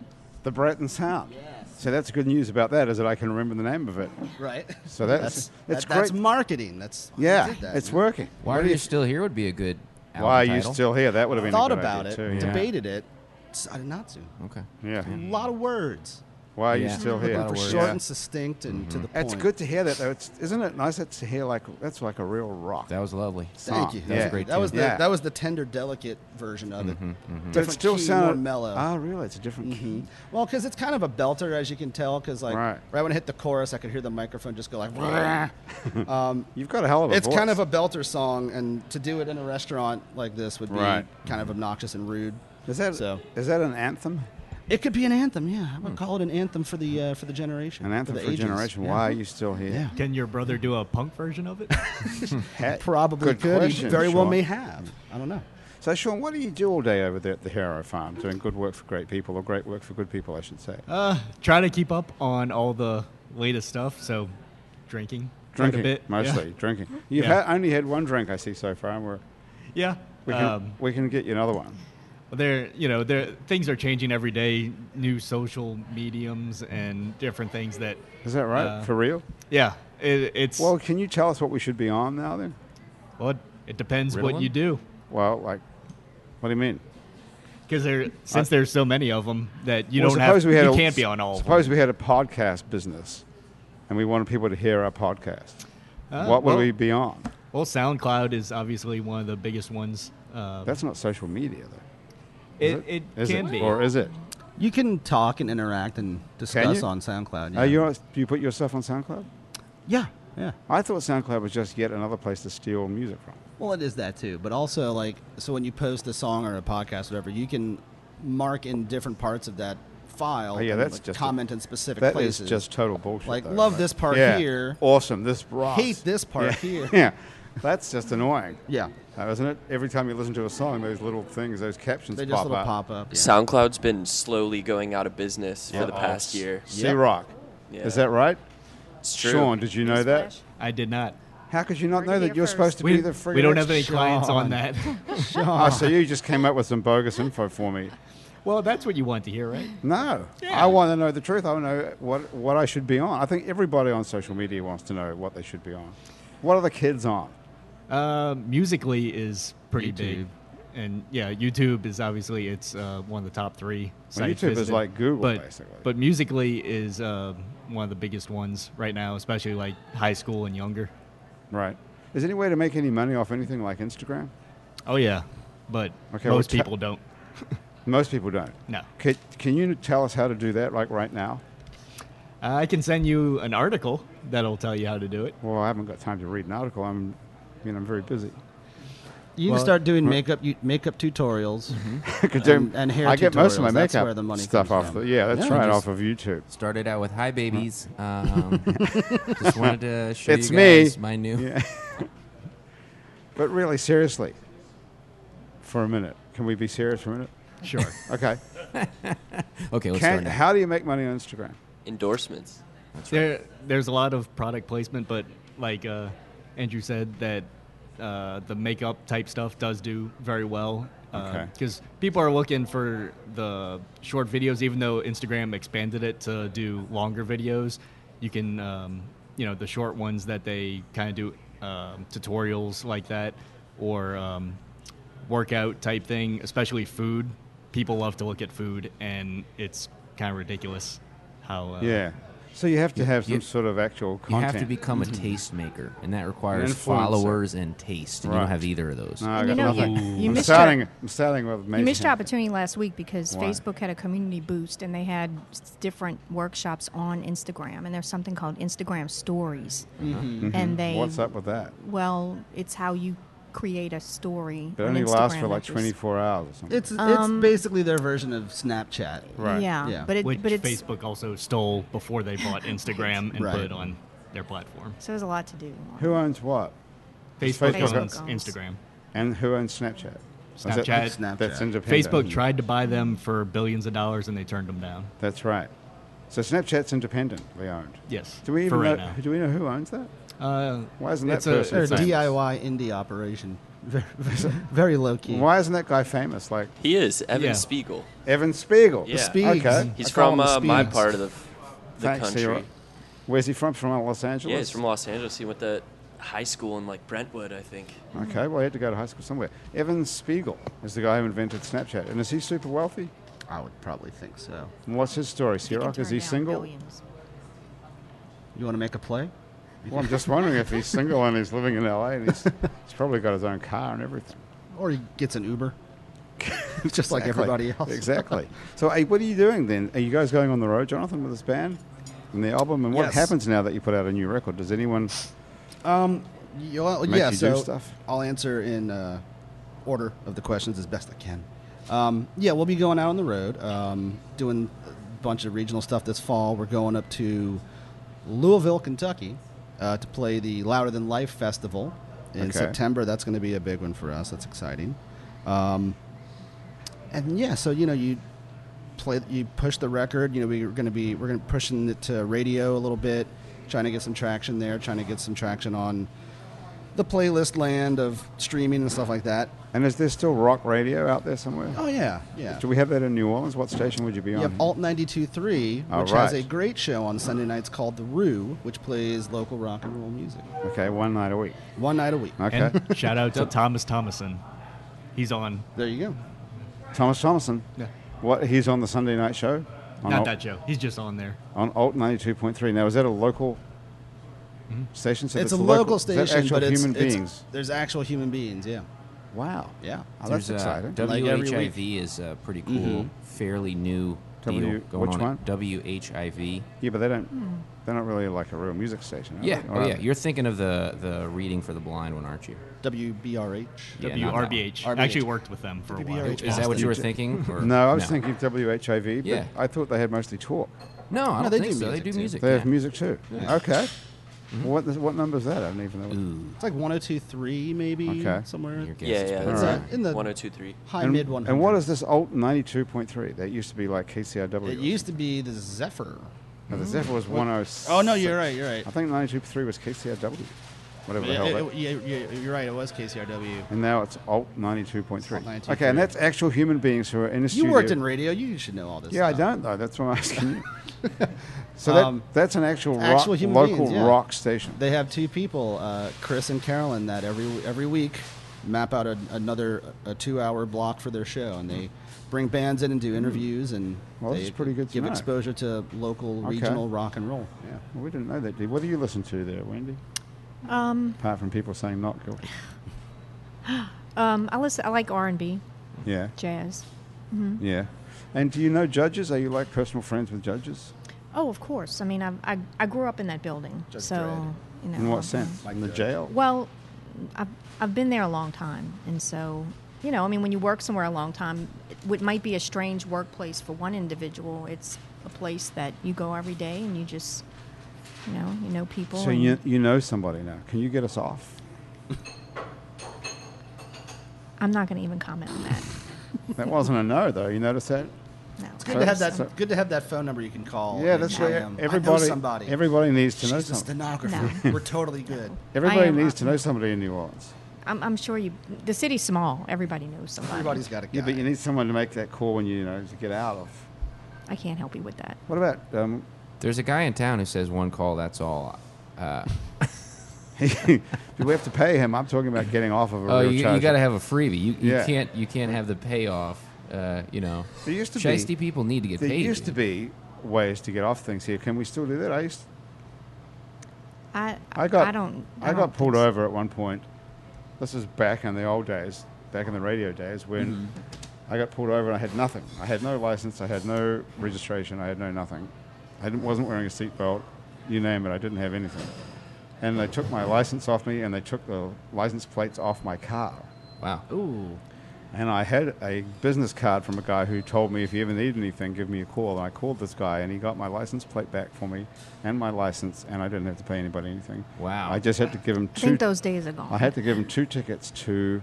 A: The Breton Sound.
C: Yes.
A: So that's good news about that is that I can remember the name of it.
C: Right.
A: So that's- that's
C: that's
A: great.
C: marketing. That's why we
A: Yeah,
C: did that,
A: it's
C: man.
A: working.
B: Why
A: What
B: are
A: do
B: you still here? Would be a good. Album
A: Why are you
B: title.
A: still here? That would have been
C: Thought
A: a good
C: about it,
A: idea too. yeah.
C: debated it, decided not to.
B: Okay.
A: Yeah.
C: A lot of words.
A: Why are you
B: Yeah.
A: still
B: Looking
A: here?
B: for
C: Short
B: words.
A: Yeah.
C: and succinct and to the point.
A: It's good to hear that though. It's, isn't it nice that to hear like that's like a real rock.
B: That was lovely.
C: Thank
A: song.
C: you.
A: Yeah.
C: That was great. That was the
A: tune. Yeah. Mm-hmm,
C: that was the tender, delicate version of it.
A: but it
C: Different
A: still
C: key, more
A: sounded
C: mellow.
A: Ah, really? It's a different key.
C: Mhm. Well, because it's kind of a belter, as you can tell. Because like
A: Right.
C: right. when I hit the chorus, I could hear the microphone just go like. um,
A: You've got a hell of a
C: it's
A: voice.
C: kind of a belter song, and to do it in a restaurant like this would be
A: Right.
C: kind of obnoxious and rude.
A: is that
C: so?
A: is that an anthem?
C: It could be an anthem. Yeah, I would call it an anthem for the uh, for the generation.
A: Hmm. An anthem
C: the
A: for, a
C: ages.
A: generation.
C: Yeah.
A: Why are you still here?
C: Yeah.
D: Can your brother do a punk version of it?
A: Heck,
C: Probably
A: good
C: could. He
A: question,
C: very well
A: Sean.
C: may have. I don't know.
A: So, Sean, what do you do all day over there at the Hero Farm, doing good work for great people, or great work for good people, I should say?
D: uh, try to keep up on all the latest stuff. So, drinking, quite
A: drinking,
D: a bit, yeah.
A: mostly drinking. You've
D: Yeah.
A: ha- only had one drink, I see so far, and we're,
D: Yeah.
A: we can
D: um,
A: we can get you another one.
D: there, you know, there things are changing every day. New social mediums and different things that.
A: Is that right?
D: uh,
A: for real?
D: Yeah. It, it's
A: Well,
D: well,
A: can you tell us what we should be on now then?
D: it, it depends what
B: Ritalin?
D: you do.
A: Well, like, what do you mean?
D: Because there, since there's so many of them that you
A: Well,
D: don't have,
A: suppose we had
D: you
A: a-
D: can't be on all.
A: Suppose
D: of
A: we had a podcast business, and we wanted people to hear our podcast.
D: them. Uh,
A: what would
D: well-
A: we be on?
D: Well, SoundCloud is obviously one of the biggest ones. Uh,
A: That's not social media, though. is
D: it, it,
A: Is
D: can
A: it?
D: be.
A: or is it?
C: You can talk and interact and discuss
A: you?
C: on SoundCloud. Yeah.
A: Are Uh, you on, do you put yourself on SoundCloud?
C: yeah. Yeah.
A: I thought SoundCloud was just yet another place to steal music from.
C: Well, it is that too, but also like so when you post a song or a podcast, or whatever, you can mark in different parts of that file.
A: Oh, yeah,
C: and,
A: that's
C: like,
A: just a-
C: comment in specific
A: That is
C: places.
A: just total bullshit.
C: Like,
A: though,
C: love this part
A: Yeah.
C: here.
A: Awesome. This rocks.
C: hate this part
A: yeah.
C: here.
A: yeah. That's just annoying.
C: Yeah,
A: Uh, isn't it? Every time you listen to a song, those little things, those captions
C: they just
A: pop
C: little
A: up.
C: pop up. yeah.
F: SoundCloud's been slowly going out of business for the
A: Oh,
F: past year.
A: C Rock.
F: Yeah.
A: Is that right?
F: It's true.
A: Sean, did you know that?
E: Newsflash.
D: I did not.
A: How could you not
E: Heard
A: know
E: it
A: that
E: here
A: you're
E: first.
A: supposed to
D: We,
A: be the free?
D: we don't have any clients
C: Sean.
D: on that.
A: Oh, so you just came up with some bogus info for me.
D: well, that's what you want to hear, right?
A: No, I want to know the truth. I want to know what what I should be on. I think everybody on social media wants to know what they should be on. What are the kids on?
D: Uh, musically is pretty big,
C: YouTube.
D: and yeah, YouTube is obviously it's uh, one of the top three. sites
A: YouTube is
D: visited.
A: like Google,
D: but,
A: basically.
D: But musically is uh, one of the biggest ones right now, especially like high school and younger.
A: Right. Is there any way to make any money off anything like Instagram?
D: Oh yeah, but
A: Okay, well,
D: most
A: te-
D: people don't.
A: Most people don't.
D: No.
A: Can, can you tell us how to do that, like right now?
D: Uh, I can send you an article that'll tell you how to do it.
A: Well, I haven't got time to read an article. I'm, I mean, I'm very busy.
C: You
D: Well,
C: can start doing makeup you, makeup tutorials.
A: I could do-
C: And- and hair
A: I get most of my
C: tutorials, that's
A: makeup
C: where the money
A: stuff
C: comes
A: off.
C: from.
A: The, yeah, that's
C: Yeah,
A: right,
C: just-
A: off of YouTube.
B: Started out with "Hi, babies." Um, just wanted to show
A: It's
B: you
A: me.
B: guys my new.
A: Yeah. but really, seriously, for a minute, can we be serious for a minute?
D: Sure.
A: Okay.
B: Okay,
A: Can,
B: let's start now.
A: how do you make money on Instagram?
F: Endorsements.
D: there, there's a lot of product placement, but like uh, Andrew said, that uh, the makeup type stuff does do very well.
A: Okay.
D: Because people are looking for the short videos, even though Instagram expanded it to do longer videos. You can, um, you know, the short ones that they kind of do um, tutorials like that or um, workout type thing, especially food. People love to look at food, and it's kind of ridiculous how uh,
A: Yeah. So you have to have some
B: you-
A: sort of actual
B: You
A: content.
B: have to become a taste maker, and that requires
A: influencer.
B: followers and taste. And You
A: Right.
B: don't have either of those.
A: No, I
E: And
A: got
E: you know, you-
A: nothing.
E: you
A: I'm
E: missed your-
A: starting. I'm starting with amazing.
E: You missed your opportunity last week because
A: Why?
E: Facebook had a community boost and they had s- different workshops on Instagram. And there's something called Instagram Stories.
D: Mm-hmm.
E: And
A: Uh-huh.
E: they,
A: Mm-hmm. What's up with that?
E: well, it's how you create a story.
A: It
E: on
A: only
E: Instagram
A: lasts for
E: that
A: like
E: just-
A: 24 hours or something.
C: It's it's basically their version of Snapchat.
A: right.
E: Yeah,
C: Yeah.
E: but it,
D: which
E: but it's
D: Facebook also stole before they bought Instagram and
C: Right.
D: put it on their platform.
E: so there's a lot to do.
A: who owns what? Does
D: Facebook,
A: Facebook
D: owns
E: own-
D: Instagram.
A: And who owns Snapchat? Is that-
D: Snapchat.
C: Snap-
A: That's
C: Snapchat.
A: independent.
D: Facebook tried to buy them for billions of dollars and they turned them down.
A: That's right. So Snapchat's independently owned.
D: Yes.
A: Do we even
D: for right
A: know, do we know who owns that?
D: now. Uh,
A: Why isn't that
D: it's a-
A: person
C: Their
A: famous?
C: DIY indie operation. Very, very low key.
A: Why isn't that guy famous? Like
F: He is Evan
D: Yeah.
F: Spiegel.
A: Evan Spiegel.
F: Yeah.
C: Speeds.
A: Okay.
F: He's
C: Hmm. I call
F: from
C: him the
F: uh, my
C: Speeds.
F: part of the the
A: Thanks, so
F: country.
A: you're- Where's he from? From Los Angeles?
F: Yeah, he's from Los Angeles. He went to high school in like Brentwood, I think.
A: Okay, well, he had to go to high school somewhere. Evan Spiegel is the guy who invented Snapchat. And is he super wealthy?
C: I would probably think so.
A: And what's his story, Sirach? Is he single?
C: You want to make a play?
A: Well, I'm just wondering if he's single and he's living in LA and he's, he's probably got his own car and everything.
C: Or he gets an Uber. Just like everybody else.
A: exactly. So, hey, what are you doing then? Are you guys going on the road, Jonathan, with this band and the album? And what
C: Yes.
A: happens now that you put out a new record? Does anyone.
C: Y- well,
A: Make
C: yeah,
A: you do
C: so
A: stuff?
C: I'll answer in uh, order of the questions as best I can. Um, yeah, we'll be going out on the road, um, doing a bunch of regional stuff this fall. We're going up to Louisville, Kentucky, uh, to play the Louder Than Life Festival in
A: Okay.
C: September. That's going to be a big one for us. That's exciting. Um, and yeah, so you know you play you push the record you know we we're going to be we're going to pushing it to radio a little bit trying to get some traction there trying to get some traction on the playlist land of streaming and stuff like that
A: And is there still rock radio out there somewhere?
C: oh yeah yeah
A: Do we have that in New Orleans? What station would you be on?
C: you have alt 92.3 which
A: All
C: has
A: right.
C: a great show on sunday nights called the roo which plays local rock and roll music
A: okay, one night a week.
C: one night a week
A: Okay.
D: And shout out to Thomas Thomason. He's on.
C: there you go
A: Thomas Thomason.
D: Yeah.
A: What he's on the Sunday night show? On
D: Not
A: Alt,
D: that show. He's just on there.
A: on Alt ninety two point three. Now is that a local
B: Mm-hmm.
A: station? So
C: it's, a
A: that's
C: local,
A: is that
C: station
A: actual
C: but it's,
A: human
C: it's-
A: beings.
C: there's actual human beings yeah
A: Wow.
C: yeah
A: Oh, that's
B: There's,
A: exciting. Mm-hmm.
B: Uh,
C: Like every
B: WHIV is a pretty cool, fairly new
A: W-
B: deal going
A: which one?
B: on.
A: Oh,
B: WHIV.
A: yeah, but they don't. They're not really like a real music station. Are
B: Yeah.
A: They? Or
B: Oh,
A: are
B: yeah.
A: they?
B: You're thinking of the the reading for the blind one, aren't you?
C: wbrh
B: Yeah, not that one.
D: WRBH.
C: RBH.
D: Actually worked with them for a while.
C: WRBH.
B: Is that what you were thinking? or-
A: No, I was thinking WHIV. But
B: Yeah.
A: I thought they had mostly talk.
B: No, I don't
C: they
B: think
C: do
B: so. They
C: music,
B: do
C: too.
B: music.
A: They
B: yeah. Mm-hmm.
A: have music too. Okay. What what number is that? I don't even know. What,
C: it's like 1023 maybe
A: Okay.
C: somewhere
B: Your guess
F: Yeah,
B: is
F: yeah.
B: better.
C: It's
A: All
C: uh,
A: right.
C: in the
F: 1023.
C: high
A: and,
C: mid 100s.
A: and what is this Alt ninety two point three? That used to be like KCRW.
C: It used to be the Zephyr.
A: No, the Zephyr was one oh six.
C: Oh no, you're right. You're right.
A: I think 92.3 was KCRW, whatever the
C: Yeah,
A: hell.
C: it-
A: that-
C: it- yeah, yeah, you're right. It was KCRW.
A: and now it's Alt 92.3.
C: Alt 92.3.
A: Okay, and that's actual human beings who are in a
C: You
A: studio.
C: worked in radio. You should know all this.
A: Yeah, I
C: stuff.
A: don't though. That's what I'm asking you. so that,
C: Um,
A: that's an actual,
C: actual
A: rock,
C: human
A: local
C: beings, yeah.
A: rock station.
C: They have two people, uh, Chris and Carolyn, that every every week map out a, another a two hour block for their show, and they bring bands in and do interviews and
A: Hmm. Well,
C: they
A: that's pretty good to
C: give
A: know.
C: exposure to local
A: Okay.
C: regional rock and roll.
A: yeah, well, we didn't know that. Did. What do you listen to there, Wendy? Um, Apart from people saying not guilty.
E: Um, I listen. I like R and B,
A: Yeah,
E: jazz.
A: yeah. And do you know judges? Are you like personal friends with judges?
E: Oh, of course. I mean, I I, I grew up in that building,
C: Judge
E: so
C: Dredd.
E: you know.
A: In
E: um,
A: what sense?
C: Like
A: in the
C: judge.
A: jail?
E: Well, I've I've been there a long time, and so you know, I mean, when you work somewhere a long time, it, what might be a strange workplace for one individual, it's a place that you go every day and you just, you know, you know people.
A: So
E: and-
A: you, you know somebody now. Can you get us off?
E: I'm not going to even comment on that.
A: That wasn't a no though. You notice that?
E: No.
C: It's good to have that.
A: So-
C: good to have that phone number you can call.
A: Yeah,
C: and
A: that's
C: tell
A: right.
C: them, I know
A: Everybody,
C: somebody.
A: everybody needs to
C: She's
A: know
C: a
A: something.
C: stenographer. We're totally good.
A: Everybody
E: am- uh,
A: needs to know somebody in New Orleans.
E: I'm, I'm sure you. The city's small. Everybody knows somebody.
C: Everybody's got a guy.
A: Yeah, but you need someone to make that call when you, you know to get out of.
E: I can't help you with that.
A: What about um,
B: There's a guy in town who says one call, that's all. Uh,
A: do we have to pay him? I'm talking about getting off of a
B: oh,
A: real
B: you,
A: charge.
B: you got to have a freebie. You, you
A: Yeah.
B: can't you can't have the payoff. Uh, you know,
A: There used to be-
B: Shiesty people need to get
A: There
B: paid.
A: used to
B: dude.
A: be ways to get off things here. Can we still do that? I used.
E: I
A: I got.
E: I don't.
A: I,
E: don't
A: got pulled
E: think so.
A: over at one point. This is back in the old days, back in the radio days when I got pulled over and I had nothing. I had no license. I had no registration. I had no nothing. I didn't, wasn't wearing a seatbelt. You name it. I didn't have anything. And they took my license off me, and they took the license plates off my car.
B: Wow.
D: Ooh.
A: And I had a business card from a guy who told me if you ever need anything, give me a call. And I called this guy, and he got my license plate back for me and my license, and I didn't have to pay anybody anything.
B: Wow.
A: I just had to give him
E: I
A: two.
E: think those days are gone.
A: I had to give him two tickets to,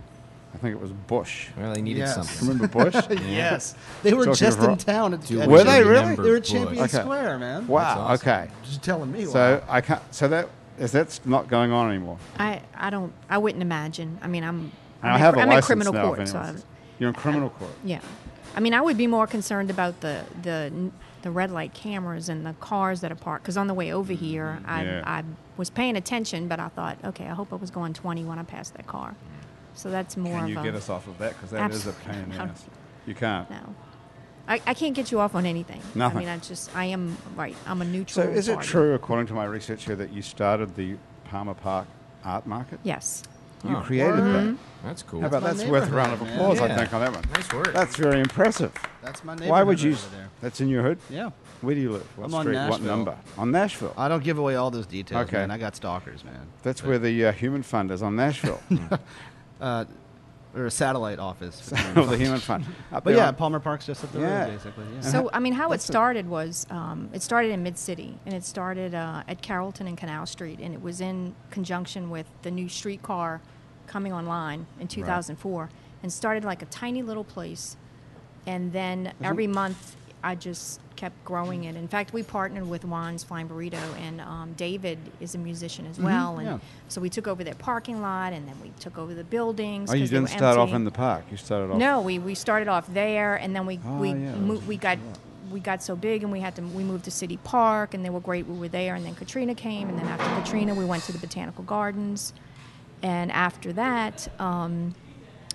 A: I think it was Bush.
B: Well, they needed
C: Yes.
B: something.
A: Remember Bush?
C: Yes, they were
A: Talking
C: just
A: of
C: in
A: rock-
C: town. At,
B: Do
C: at
B: we
A: Were they
B: remember
A: really?
C: They were at
B: Bush?
C: Champion
A: Okay.
C: Square, man.
A: wow.
B: awesome.
A: Okay.
C: Just telling me.
A: So
C: wow.
A: I can't. So that is that's not going on anymore.
E: I, I don't. I wouldn't imagine. I mean, I'm.
A: And
E: I'm
A: I
E: in-
A: have a
E: I'm in
A: license
E: criminal
A: now. if
E: court, so
A: anyone
E: I'm,
A: says- You're in criminal court.
E: yeah. I mean, I would be more concerned about the the n- the red light cameras and the cars that are parked. Because on the way over here, I,
A: Mm-hmm. Yeah.
E: I was paying attention, but I thought, okay, I hope I was going 20 when I passed that car. So that's more
G: Can
E: of
G: you
E: a
G: get us off of that? Because that is a
E: Absolutely
G: pain in the
E: not.
G: ass.
A: You can't.
E: no. I, I can't get you off on anything.
A: Nothing.
E: I mean, I just I am right. I'm a
A: So
E: neutral.
A: is it
E: party.
A: true, according to my research here, that you started the Palmer Park Art Market?
E: Yes.
A: You
B: Oh.
A: created that.
B: That's cool.
A: How about
C: Mm-hmm. That's
A: that's
C: my
A: worth a round of
C: neighborhood,
A: applause, I
B: man.
A: think, on that one.
B: nice work.
A: That's very impressive.
C: That's my neighborhood.
A: Why would you?
C: Over there.
A: That's in your hood.
C: Yeah.
A: Where do you live? What
C: I'm on
A: street? What
C: Nashville.
A: number? On Nashville.
C: I don't give away all those details,
A: Okay.
C: man. I got stalkers, man.
A: That's where the uh, Human Fund is on Nashville,
C: Uh, or a satellite office.
A: of the Human Fund. Up
C: But
A: there
C: yeah,
A: on-
C: Palmer Park's just up the
A: Yeah.
C: road, basically. Yeah.
A: Uh-huh.
E: So I mean, how it started was um, it started in Mid City, and it started uh, at Carrollton and Canal Street, and it was in conjunction with the new streetcar coming online in 2004, and started like a tiny little place, and then every month I just kept growing it. In fact, we partnered with Juan's Flying Burrito, and um, David is a musician
A: Mm-hmm.
E: as well, and
C: yeah.
E: so we took over their parking lot, and then we took over the buildings.
A: oh, you
E: 'cause they were
A: didn't start off
E: empty.
A: in the park. You started off.
E: No, we, we started off there, and then we
A: Ah,
E: we
A: yeah,
E: mo-
A: that's
E: we got we got so big, and we had to we moved to City Park, and they were great. We were there, and then Katrina came, and then after Katrina, we went to the Botanical Gardens, and after that. Um,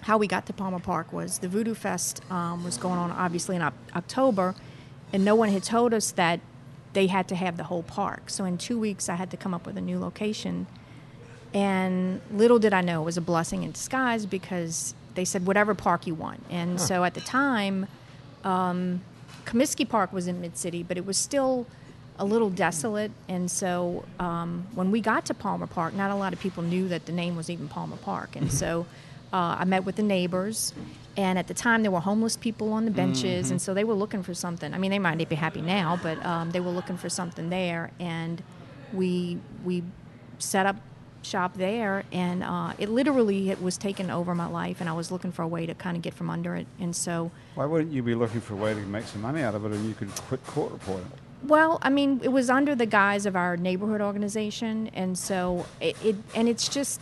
E: how we got to Palmer Park was the Voodoo Fest um, was going on obviously in Oc October, and no one had told us that they had to have the whole park. So in two weeks, I had to come up with a new location, and little did I know it was a blessing in disguise because they said whatever park you want. And so at the time, um, Comiskey Park was in Mid City, but it was still a little desolate. And so um, when we got to Palmer Park, not a lot of people knew that the name was even Palmer Park. And so uh, I met with the neighbors. And at the time, there were homeless people on the benches, and so they were looking for something. I mean, they might not be happy now, but um, they were looking for something there. And we we set up shop there and uh, it literally it was taking over my life and i was looking for a way to kind of get from under it and so
A: Why wouldn't you be looking for a way to make some money out of it, and you could quit court reporting?
E: well i mean it was under the guise of our neighborhood organization and so it, it and it's just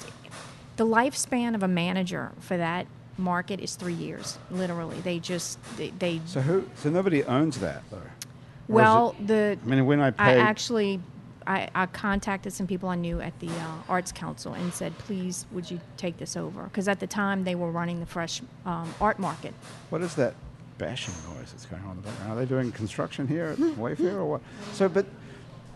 E: the lifespan of a manager for that market is three years literally they just they, they
A: So who? So nobody owns that, though. Or is it-
E: well the
A: I mean, when I
E: I
A: paid,
E: actually I, I contacted some people I knew at the uh, Arts Council and said, please, would you take this over? Because at the time they were running the fresh um, art market.
A: what is that bashing noise that's going on in the background? Are they doing construction here at Wayfair or what? So, but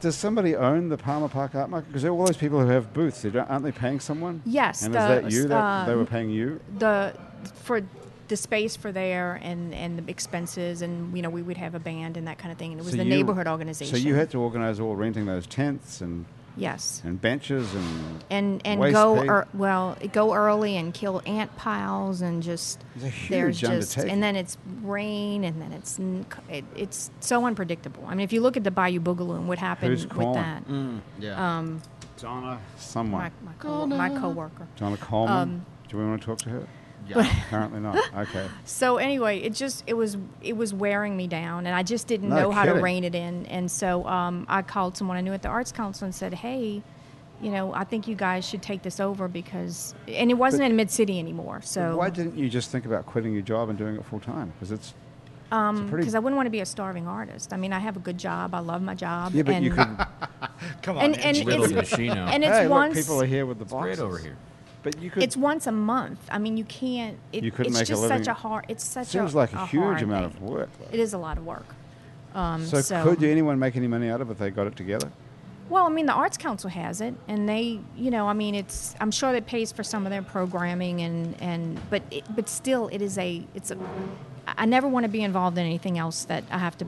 A: does somebody own the Palmer Park Art Market? Because all those people who have booths, they don't, aren't they paying someone?
E: Yes,
A: And
E: the-
A: is that you? That they
E: uh,
A: were paying you?
E: The for the space for there and and the expenses and you know we would have a band and that kind of thing. And it was
A: So
E: the
A: you-
E: neighborhood organization.
A: So you had to organise all renting those tents and,
E: yes.
A: and benches and
E: And and
A: waste
E: go
A: pig.
E: ear well go early and kill ant piles and just
A: It's a huge
E: there's just
A: undertaking.
E: and then it's rain and then it's n- it, it's so unpredictable. I mean if you look at the Bayou Boogaloo and what happened
A: Who's
E: with
A: calling? Mm.
E: that.
C: yeah.
E: Um,
A: Donna someone
E: my, my, co- my coworker.
A: Donna Coleman.
E: um,
A: Do we want to talk to her?
C: yeah.
A: Apparently not. Okay.
E: So anyway, it just it was it was wearing me down, and I just didn't
A: No
E: know how to
A: kidding.
E: rein it in. And so um, I called someone I knew at the Arts Council and said, "Hey, you know, I think you guys should take this over because." And it wasn't in Mid City anymore, so
A: Why didn't you just think about quitting your job and doing it full time? Because it's um pretty
E: because I wouldn't want to be a starving artist. I mean, I have a good job. I love my job.
A: yeah, but
E: and,
A: you could.
C: Come on.
E: And, and,
B: Little
E: it's,
B: does she know.
E: and it's
A: hey,
E: once
A: look, people are here with the boxes.
B: Great over here.
A: But you could.
E: it's once a month. I mean, you can't. It,
A: You couldn't
E: it's
A: make a
E: just
A: living.
E: such a hard. It's such
A: seems
E: a
A: like a, huge
E: hard
A: amount
E: thing.
A: of work.
E: It is a lot of work. Um,
A: So,
E: so,
A: could anyone make any money out of it if they got it together?
E: Well, I mean, the Arts Council has it, and they, you know, I mean, it's. I'm sure that pays for some of their programming, and and but it, but still, it is a. It's a. I I never want to be involved in anything else that I have to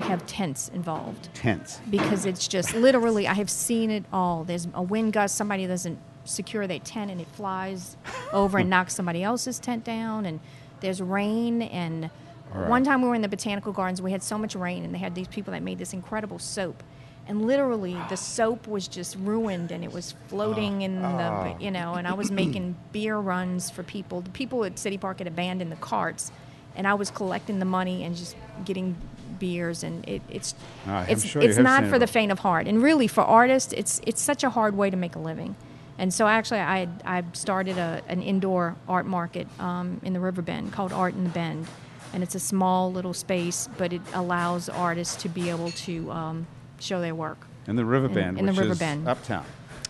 E: have tents involved
A: Tents.
E: because it's just literally I have seen it all. There's a wind gust, somebody doesn't secure their tent and it flies over and knocks somebody else's tent down and there's rain and one time we were in the botanical gardens we had so much rain and they had these people that made this incredible soap and literally the soap was just ruined and it was floating in the you know and I was making beer runs for people the people at City Park had abandoned the carts and I was collecting the money and just getting beers and it, it's
A: Ah, I'm
E: it's
A: sure you
E: it's
A: have
E: not
A: seen
E: for
A: it.
E: the faint of heart, and really for artists, it's it's such a hard way to make a living. And so actually, I I started a, an indoor art market um, in the River Bend called Art in the Bend, and it's a small little space, but it allows artists to be able to um, show their work.
A: In the River
E: In-
A: Bend,
E: in the
A: which
E: River
A: is
E: Bend.
A: uptown,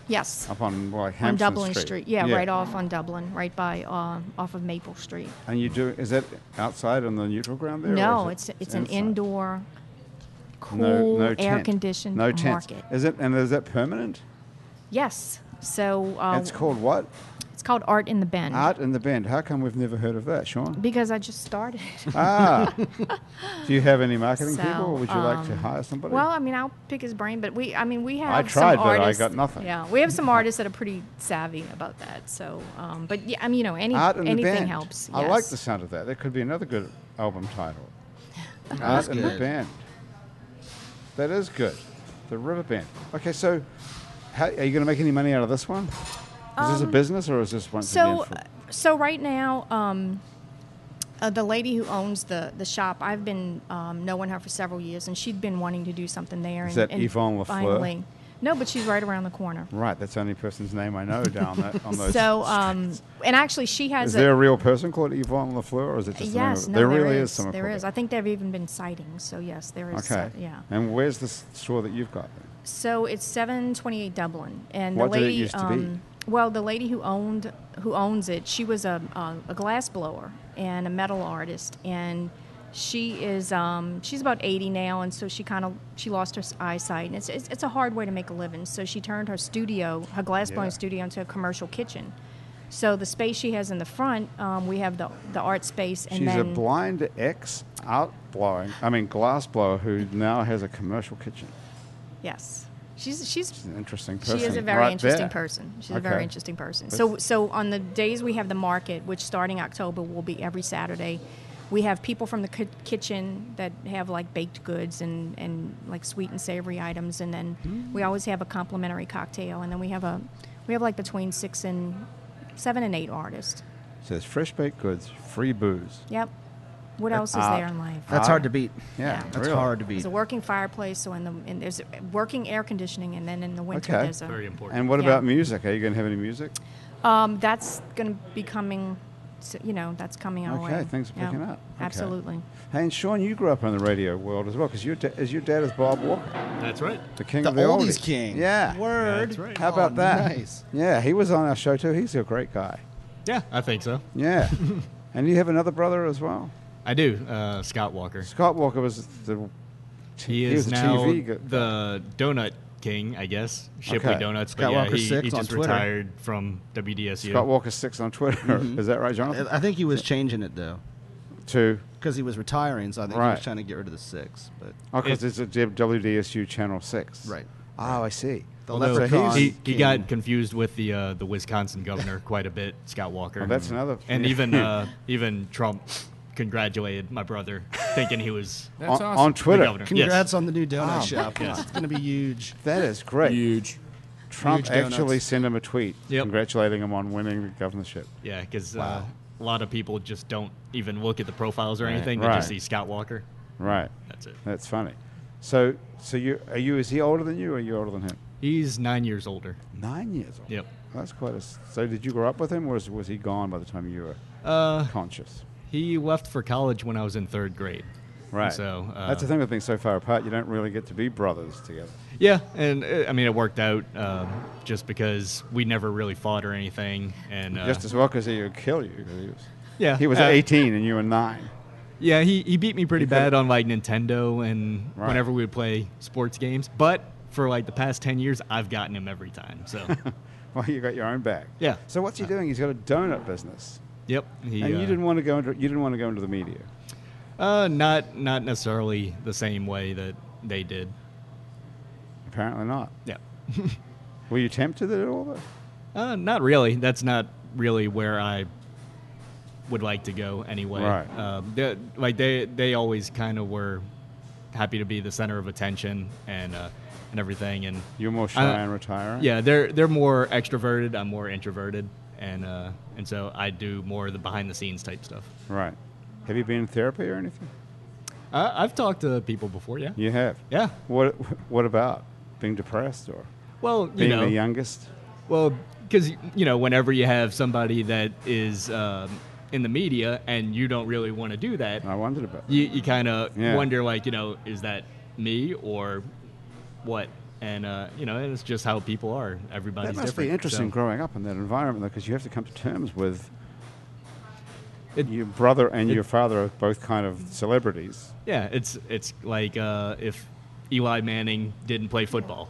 E: Yes,
A: up on like
E: on
A: Hampson
E: Dublin Street. Yeah, right off on Dublin, right by uh, off of Maple Street.
A: And you do is that outside on the neutral ground there? or
E: No,
A: is
E: it's
A: it
E: it's an
A: inside?
E: indoor,
A: no,
E: cool,
A: no tent.
E: air-conditioned
A: no
E: market.
A: tent. Is it and is that permanent?
E: Yes. So uh,
A: it's called what?
E: it's called Art in the Bend
A: Art in the Bend. How come we've never heard of that, Sean?
E: because I just started.
A: ah, do you have any marketing
E: So,
A: people? Or would you like to
E: um,
A: hire somebody?
E: Well, I mean, I'll pick his brain, but we, I mean, we have.
A: tried,
E: some
A: but I
E: artists,
A: got nothing.
E: Yeah, we have some artists that are pretty savvy about that. So, um, but yeah, I mean, you know, any
A: Art in the
E: anything
A: Band.
E: helps.
A: I like
E: yes.
A: the sound of that. That could be another good album title.
G: That's
A: Art in the
G: good.
A: Band. That is good. The River Band. Okay, so how, are you going to make any money out of this one? Is this a business or is this once
E: Um, So, uh,
A: again? for-
E: so right now, um, uh, the lady who owns the the shop, I've been um, knowing her for several years, and she'd been wanting to do something there.
A: Is
E: and,
A: that
E: and
A: Yvonne LaFleur?
E: Finally, no, but she's right around the corner.
A: Right, that's the only person's name I know down that, on those.
E: So, um, and actually, she has
A: is
E: a,
A: there a real person called Yvonne LaFleur, or is it just the name
E: yes,
A: of-
E: no,
A: there, really
E: is,
A: is someone
E: there
A: called
E: is.
A: that.
E: I think there have even been sightings. So yes, there is.
A: Okay.
E: uh, yeah.
A: And where's the s- store that you've got? then?
E: So it's 728 Dublin, and
A: What
E: the
A: did it
E: lady.
A: used to be?
E: um, Well, the lady who owned who owns it, she was a a, a glass blower and a metal artist, and she is um, she's about 80 now, and so she kind of she lost her s- eyesight, and it's, it's it's a hard way to make a living. So she turned her studio, her glass blowing
A: Yeah.
E: studio, into a commercial kitchen. So the space she has in the front, um, we have the the art space, and
A: She's
E: then
A: a blind ex out blowing, I mean glass blower, who now has a commercial kitchen.
E: yes, she's she's
A: She's an interesting person.
E: She is a very
A: right
E: interesting
A: there.
E: person. She's a very
A: Okay.
E: interesting person.
A: That's-
E: So, so on the days we have the market, which starting October will be every Saturday, we have people from the ki- kitchen that have like baked goods and, and like sweet and savory items, and then
A: Mm.
E: we always have a complimentary cocktail, and then we have a we have like between six and seven and eight artists.
A: So there's fresh baked goods, free booze.
E: Yep. What else is
A: art.
E: there in life?
G: That's hard to beat.
A: Ah. Yeah,
E: Yeah.
G: That's
A: really.
G: hard to beat.
E: There's a working fireplace, so in the and there's working air conditioning, and then in the winter
A: Okay.
E: there's a
D: Very important.
A: And what
E: Yeah.
A: about music? Are you going to have any music?
E: Um, that's going to be coming, s- you know, that's coming our way.
A: Okay, things are
E: Yeah,
A: picking up. Okay.
E: Absolutely.
A: Hey, and Sean, you grew up in the radio world as well, because your da- is your dad is Bob Walker,
D: That's right.
A: the king
G: the
A: of the
G: oldies king.
A: Yeah.
G: Word.
D: That's right.
A: How
G: Oh,
A: about that?
G: Nice.
A: Yeah, he was on our show too. He's a great guy.
D: Yeah, I think so.
A: Yeah. and you have another brother as well.
D: I do. Uh, Scott Walker.
A: Scott Walker was the
D: He
A: he was a
D: is now
A: TV gu-
D: the donut king, I guess. Shipley
A: Okay.
D: Donuts. But
G: Scott
D: yeah,
G: Walker
D: he,
G: Six
D: he
G: on
D: just
G: Twitter.
D: retired from WDSU.
A: Scott Walker six on Twitter.
D: Mm-hmm.
A: is that right, Jonathan?
G: I think he was changing it though,
A: Two.
G: because he was retiring. So I think he
A: Right.
G: was trying to get rid of the six. But
A: Oh, because
D: It-
A: it's a WDSU channel six.
G: Right.
A: Oh, I see.
G: the
A: Well, no, so he's-
G: leprechaun.
D: he, he
G: king.
D: got confused with the uh, the Wisconsin governor quite a bit, Scott Walker.
A: Well, Oh, that's another-
D: And even uh, even Trump congratulated my brother, thinking he was
A: On,
B: That's
A: on
B: awesome.
A: Twitter.
D: the governor.
G: Congrats
D: Yes.
G: on the new donut shop. It's going to be huge.
A: That is great.
B: Huge.
A: Trump
G: Huge donuts.
A: actually sent him a tweet
D: Yep.
A: congratulating him on winning the governorship.
D: Yeah, because uh, a lot of people just don't even look at the profiles or
B: Right.
D: anything. They
A: Right.
D: just see Scott Walker.
A: Right.
D: That's it.
A: That's funny. So, so you are you? Is he older than you, or are you older than him?
D: He's nine years older.
A: Nine years old.
D: Yep.
A: That's quite a. s- So, did you grow up with him, or was, was he gone by the time you were
D: Uh,
A: conscious?
D: he left for college when I was in third grade.
A: Right.
D: So uh,
A: that's the thing with being so far apart. You don't really get to be brothers together.
D: Yeah, and uh, I mean it worked out um, just because we never really fought or anything, and uh,
A: Just as well because he would kill you. 'cause He was,
D: yeah,
A: he was
D: uh,
A: 18 and you were nine.
D: Yeah, he, he beat me pretty
A: He could've-
D: bad on like Nintendo and
A: Right.
D: whenever we would play sports games. But for like the past ten years, I've gotten him every time. So,
A: Well, you got your own bag.
D: Yeah. Uh,
A: So what's he doing? He's got a donut business,
D: yep. He,
A: and
D: uh,
A: you didn't want to go into you didn't want to go into the media.
D: Uh, not not necessarily the same way that they did.
A: Apparently not.
D: Yeah.
A: Were you tempted at all? Though?
D: Uh, not really. That's not really where I would like to go anyway.
A: Right.
D: Um, they- like they they always kind of were happy to be the center of attention and uh, and everything and
A: You're more shy
D: I-
A: and retiring.
D: Uh, Yeah, they're they're more extroverted. I'm more introverted, and uh, and so I do more of the behind the scenes type stuff.
A: Right. Have you been in therapy or anything?
D: Uh, I've talked to people before, yeah.
A: You have.
D: Yeah.
A: What What about being depressed or
D: Well, you
A: being
D: know,
A: the youngest?
D: well, because you know, whenever you have somebody that is um, in the media and you don't really want to do that,
A: I wondered about that.
D: you, you kind of
A: Yeah.
D: wonder like you know is that me or what and uh, you know and it's just how people are everybody's
A: That must
D: different
A: be interesting
D: so
A: growing up in that environment, though, because you have to come to terms with
D: It-
A: your brother and
D: it-
A: your father are both kind of celebrities.
D: yeah it's it's like uh, if eli manning didn't play football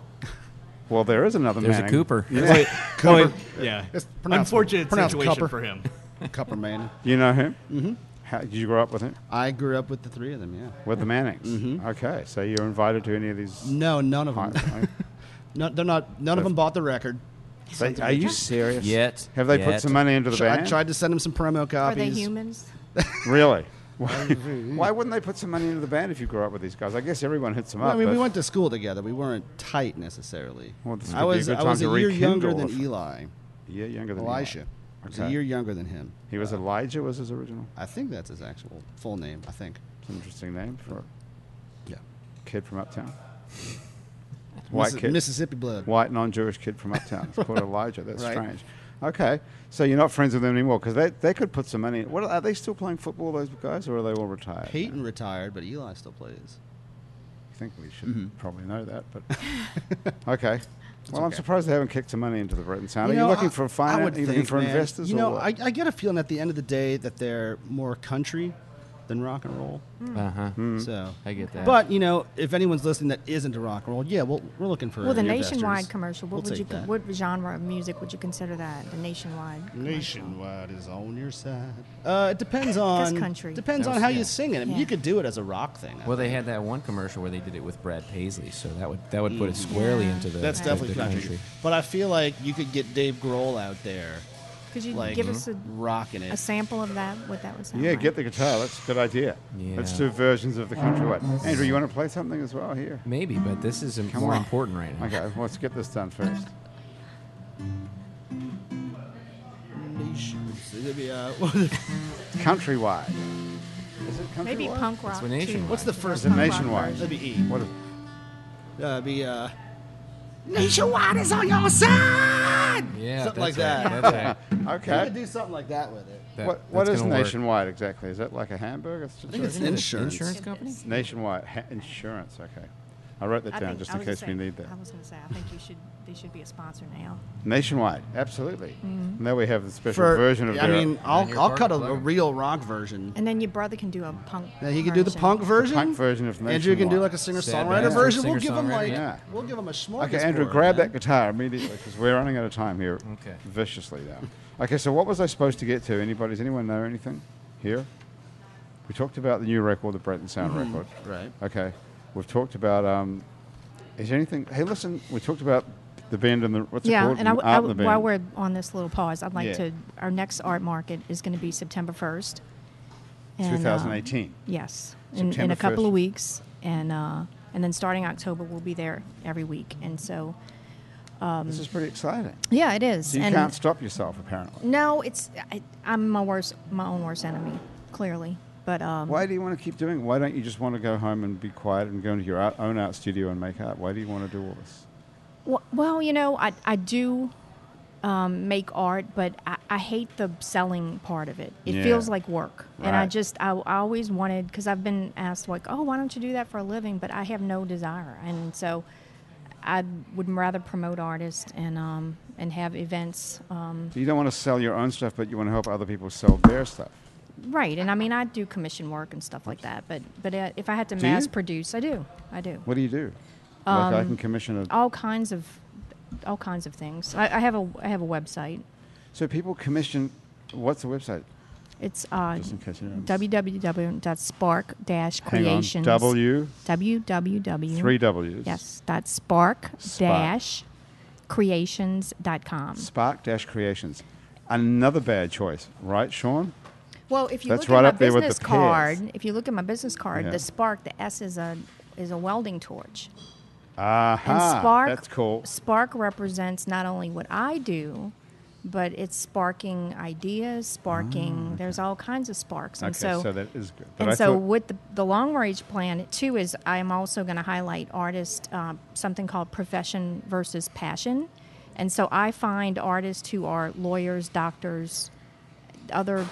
A: Well, there is another
B: There's a
A: Manning.
B: Cooper.
A: Yeah.
C: Cooper.
D: yeah
C: It's pronounced-
D: unfortunate
C: pronounced
D: situation
C: Cupper.
D: for him
C: Cupper Manning.
A: You know him? Mm-hmm. How, did you grow up with him?
C: I grew up with the three of them, yeah.
A: With the Mannings? Mm-hmm. Okay, so you're invited to any of these.
C: No, none of
A: Hi-
C: them.
A: hi-
C: No, they're not. None of them bought the record.
A: They- are uh, you serious?
B: Yet.
A: Have they put
B: Yet.
A: some money into the
C: Tr- I
A: band?
C: tried to send them some promo
E: Are
C: copies.
E: they humans?
A: Really? Why, why wouldn't they put some money into the band if you grew up with these guys? I guess everyone hits them
C: Well,
A: up.
C: I mean, we
A: but-
C: went to school together. We weren't tight necessarily.
A: Well, this could
C: I
A: be a
C: was.
A: good
C: I
A: time
C: was a
A: to
C: year younger
A: rekindle
C: than
A: if-
C: Eli.
A: a year younger than
C: Elisha. I was a
A: Okay.
C: year Uh, younger than him.
A: He was Elijah, was his original.
C: I think that's his actual full name. I think.
A: It's an interesting name for a
C: Yeah.
A: kid from uptown. White
C: Missi-
A: kid.
C: Mississippi blood.
A: White non-Jewish kid from uptown. It's called Elijah. That's
C: Right.
A: strange. Okay, so you're not friends with them anymore because they, they could put some money. What are they still playing football? Those guys, or are they all retired? now?
C: Peyton retired, but Eli still plays.
A: I think we should
C: Mm-hmm.
A: probably know that, but okay. well, I'm
C: okay.
A: surprised they haven't kicked some money into the Britain Sound.
C: You
A: are
C: know,
A: you looking
C: I-
A: for
C: I
A: finance?
C: would
A: Are you looking
C: think,
A: for
C: man,
A: investors?
C: You
A: or
C: know,
A: what?
C: I, I get a feeling at the end of the day that they're more country than rock and roll.
B: Uh huh.
A: Hmm.
C: So
B: I get that.
C: But you know, if anyone's listening that isn't a rock and roll, yeah, well, we're looking for
E: Well, the
C: investors.
E: nationwide commercial. What
C: We'll
E: would you?
C: take that.
E: What genre of music would you consider that? The nationwide. commercial?
C: Nationwide is on your side. Uh, it depends on
E: That's country.
C: Depends
B: That
C: on
B: was-
C: how
B: yeah.
C: you sing it. I mean,
E: Yeah.
C: you could do it as a rock thing. I
B: Well, they
C: think.
B: had that one commercial where they did it with Brad Paisley, so that would that would put it squarely
E: Yeah.
B: into the
C: That's
B: the-
C: definitely
B: the
C: country. But I feel like you could get Dave Grohl out there,
E: Could you
C: like mm-hmm.
E: give us a,
B: Mm-hmm.
C: rocking it.
E: a sample of that? What that would sound
A: yeah,
E: like?
A: get the guitar. That's a good idea. Let's
B: Yeah.
A: do versions of the country way. Andrew, you want to play something as well here?
B: Maybe, but this is im- more
A: on.
B: important right now.
A: Okay, let's get this done first.
C: uh,
A: Countrywide. Is it countrywide?
E: Maybe punk rock.
B: It's
E: too.
B: nationwide.
C: What's the
E: Is
C: first
E: there a
A: one?
E: punk rock
A: Nationwide.
E: version?
C: That'd be E.
A: What is,
C: Uh, be uh,
H: Nationwide is on your side.
B: Yeah,
C: Something like
B: that's right,
C: that.
B: That's right.
C: you
A: okay.
C: could do something like that with it.
B: That-
A: what what
B: that's
A: is
B: gonna work.
A: nationwide exactly? Is that like a hamburger? It's just
C: think it's
A: a-
B: Isn't it an
C: Insurance.
B: Insurance company.
A: nationwide ha- insurance. Okay, I wrote that
E: I
A: down
E: think-
A: just
E: I
A: in
E: was gonna
A: case we
E: say-
A: need that.
E: I was going to say, I think you should. They should be a sponsor now.
A: Nationwide, absolutely.
E: Mm-hmm.
A: Now we have the special
C: For
A: version of
C: I
A: their-
C: mean,
B: you're
C: I'll I'll
B: part
C: cut a,
B: of the
C: a
B: club.
C: real rock version.
E: And then your brother can do a punk.
C: Now he could do the
E: version.
C: punk version.
A: punk version of
C: Andrew can do
A: Nationwide.
C: like a singer
B: Sad
C: songwriter
B: bastard,
C: version. We'll give him
B: singer-songwriter,
C: like
A: yeah.
C: we'll give him a smorgasbord.
A: okay, Andrew, grab
C: man.
A: that guitar immediately because we're running out of time here.
B: Okay.
A: viciously now. Okay, so what was I supposed to get to? Anybody? Does anyone know anything here? We talked about the new record, the Breton Sound
E: Mm-hmm.
A: record.
C: right.
A: Okay, we've talked about. Um, is there anything? Hey, listen, we talked about the band and the what's it
E: Yeah,
A: called?
E: and I, w- I
A: Art
E: w-
A: and the
E: while
A: Band.
E: we're on this little pause, I'd like
A: Yeah.
E: to. Our next art market is going to be September first. uh, um,
A: 2018.
E: Yes, in, in
A: September
E: a couple
A: 1st.
E: of weeks, and uh, and then starting October, we'll be there every week, and so
A: this is pretty exciting.
E: yeah, it is.
A: So you
E: and
A: can't stop yourself, apparently.
E: no, it's I, I'm my worst, my own worst enemy, clearly. But um,
A: Why do you want to keep doing? it? Why don't you just want to go home and be quiet and go into your art, own art studio and make art? Why do you want to do all this?
E: Well, well, you know, I, I do um, make art, but I, I hate the selling part of it. It
A: Yeah.
E: feels like work. And I
A: Right.
E: just, I, I always wanted, because I've been asked, like, oh, why don't you do that for a living? But I have no desire. And so I would rather promote artists and, um, and have events. Um,
A: So you don't want to sell your own stuff, but you want to help other people sell their stuff.
E: right. And I mean, I do commission work and stuff like that. But, but uh, if I had to
A: Do you?
E: mass produce, I do. I do.
A: What do you do? like
E: Um,
A: I can commission a.
E: All kinds of. All kinds of things. I, I have a I have a website.
A: So people commission. What's the website?
E: It's uh,
A: Just in case you don't- Hang on.
E: www.spark-creations.
A: W
E: www.
A: three W's.
E: Yes, dot spark
A: Spark.
E: dash creations dot com.
A: Spark Dash Creations. Another bad choice, right, Sean?
E: Well, if you
A: That's
E: look
A: right up
E: at my
A: there with the
E: business
A: pears.
E: card, if you look at my business card,
A: Yeah.
E: the spark, the S is a is a welding torch.
A: Aha.
E: And spark
A: Ah, That's cool.
E: Spark represents not only what I do, but it's sparking ideas, sparking. There's all kinds of sparks,
A: Ah, Okay,
E: and so,
A: so, that is good. But
E: and
A: I
E: so
A: thought,
E: with the, the long range plan too is i'm also going to highlight artists uh, something called profession versus passion and so i find artists who are lawyers doctors other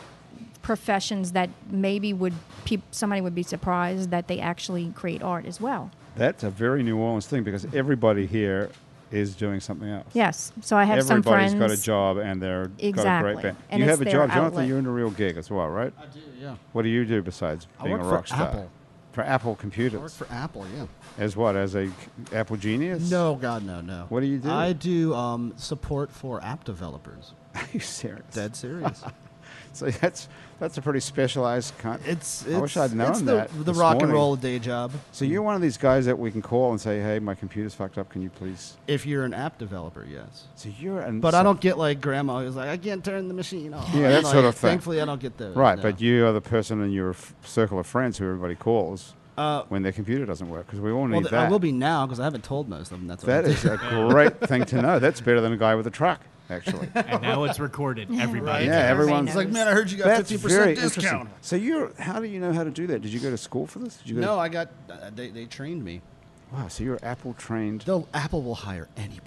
E: professions that maybe would peop somebody would be surprised that they actually create art as well.
A: That's a very New Orleans thing because everybody here is doing something else.
E: Yes. So I have some
A: Everybody's
E: friends.
A: got a job and they're got a
E: Exactly.
A: great band.
E: And
A: you
E: it's
A: have a
E: their
A: job, Jonathan.
E: outlet.
A: You're in a real gig as well, right?
C: I do, yeah.
A: What do you do besides
C: I
A: being
C: work
A: a
C: for
A: rock star?
C: Apple.
A: For Apple
C: I work
A: Computers.
C: for Apple, yeah.
A: as what? As a c- Apple genius?
C: No, God, no, no.
A: What do you do?
C: I do um, support for app developers.
A: Are you serious?
C: Dead serious.
A: So that's that's a pretty specialized kind.
C: it's, it's
A: I wish I'd known
C: it's the,
A: that.
C: The
A: this
C: rock and
A: morning.
C: roll day job.
A: So you're one of these guys that we can call and say, "Hey, my computer's fucked up. Can you please?"
C: If you're an app developer, yes.
A: So you're and
C: But I don't get like grandma who's like, I can't turn the machine off.
A: Yeah, that
C: Like,
A: sort of thing.
C: Thankfully, I don't get those.
A: Right,
C: no.
A: but you are the person in your f- circle of friends who everybody calls
C: Uh,
A: when their computer doesn't work because we all need
C: well, th-
A: that.
C: I will be now because I haven't told most of them. That's what
A: That
C: I do.
A: is a great thing to know. That's better than a guy with a truck, actually.
D: And now it's recorded. Everybody.
A: Yeah,
D: can.
A: everyone-
E: everybody
A: It's
C: It's like,
E: knows.
C: man, I heard you got
A: That's
C: fifteen
A: very
C: percent
A: interesting.
C: discount.
A: So you're, how do you know how to do that? Did you go to school for this? Did you go
C: No,
A: To,
C: I got. Uh, they they trained me.
A: wow. So you're Apple trained.
C: They'll Apple will hire anybody,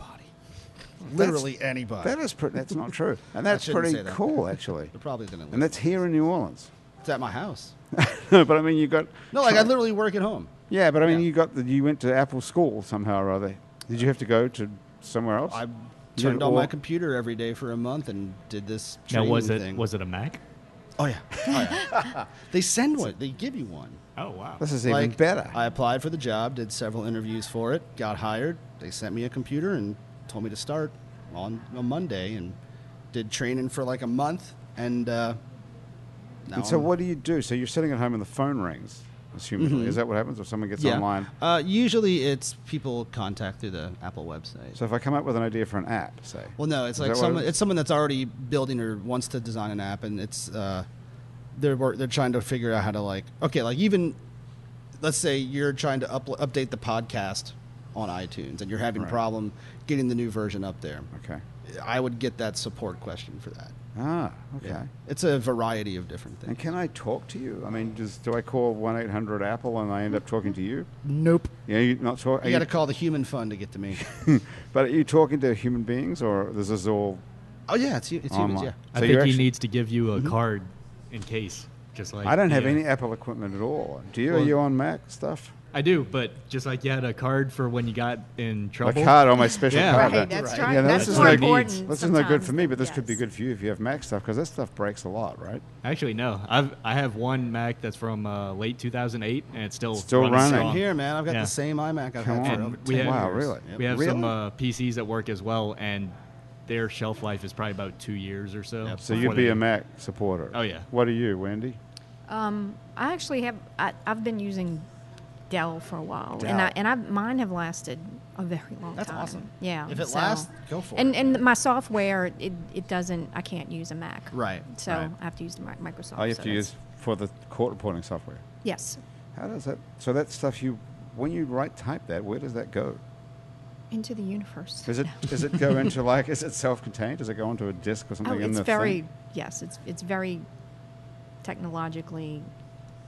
C: literally anybody.
A: That is pretty. That's not true, and that's
C: shouldn't
A: pretty
C: say that.
A: cool, actually.
C: They're probably gonna.
A: And that's here in New Orleans.
C: it's at my house.
A: no, but I mean, you got.
C: No, like I literally work at home.
A: Yeah, but I mean,
C: Yeah.
A: you got the, you went to Apple school somehow or other. Did you have to go to somewhere else?
C: I
A: You
C: turned
A: did
C: on
A: all-
C: my computer every day for a month and did this.
D: Now
C: Training
D: was it
C: Thing.
D: was it a Mac?
C: Oh yeah. Oh, yeah. they send one. They give you one.
D: Oh wow.
A: This is even
C: Like,
A: better.
C: I applied for the job, did several interviews for it, got hired. They sent me a computer and told me to start on a Monday and did training for like a month. And uh, now
A: and so,
C: I'm-
A: what do you do? So you're sitting at home and the phone rings. Assumably, is that what happens if someone gets
C: Mm-hmm. yeah.
A: online?
C: Uh, usually it's people contact through the Apple website.
A: So if I come up with an idea for an app, say.
C: Well, no, it's
A: Is
C: like
A: that what
C: someone.
A: it is?
C: It's someone that's already building or wants to design an app, and it's uh, they're wor- they're trying to figure out how to like okay, like even let's say you're trying to up, update the podcast on iTunes, and you're having
A: Right.
C: a problem getting the new version up there.
A: okay.
C: I would get that support question for that.
A: Ah, okay.
C: It's a variety of different
A: And
C: things.
A: can I talk to you? I mean, just do I call one eight hundred Apple and I end up talking to you?
C: Nope.
A: Yeah, you not talking.
C: You got to call the human fund to get to me.
A: But are you talking to human beings, or this is all?
C: oh yeah, it's, hu- it's humans.
A: Online.
C: Yeah.
D: I
A: So
D: think
A: you're
D: he
A: actu-
D: needs to give you a card in case. Just like
A: I don't have
D: yeah.
A: any Apple equipment at all. Do you? are
D: Well-
A: you on Mac stuff?
D: I do, but just like you had a card for when you got in
A: A
D: trouble.
A: card on my special
D: Yeah.
A: card.
E: Right,
A: that-
E: that's
C: Right.
E: right.
A: Yeah, no,
E: that's
A: this is
E: more
A: no-
E: important.
A: This is no good for me,
E: sometimes
A: but this
E: than-
A: could be
E: yes.
A: good for you if you have Mac stuff because that stuff breaks a lot, right?
D: Actually, no. I've I have one Mac that's from uh, late 2008, and it's still
A: Still running.
C: Same
D: strong.
C: here, man. I've got
D: Yeah.
C: the same iMac I've
A: Come
C: had for
A: on.
C: over
D: We
C: 10
D: have-
A: wow,
C: years.
A: really?
C: Yep.
D: We have some
A: Really?
D: uh, PCs at work as well, and their shelf life is probably about two years or so.
A: So
D: before
A: you'd be
D: they-
A: a Mac supporter.
D: Oh, yeah.
A: What are you, Wendy?
E: I actually have. I, I've been using Dell for a while, and I
A: Dell.
E: and I mine have lasted a very long
C: That's
E: time.
C: awesome.
E: Yeah.
C: If it
E: so-
C: lasts, go for
E: and,
C: it.
E: And my software, it, it doesn't. I can't use a Mac.
C: Right,
E: So
C: right.
E: I have to use the Mi- Microsoft.
A: I have
E: so
A: to
E: that's-
A: use for the court reporting software.
E: Yes,
A: How does that? So that stuff you, when you write type that, where does that go?
E: into the universe.
A: Is it does it go into like is it self-contained? Does it go onto a disk or
E: Oh,
A: something? in
E: it's
A: the
E: very
A: thing?
E: yes. It's it's very technologically,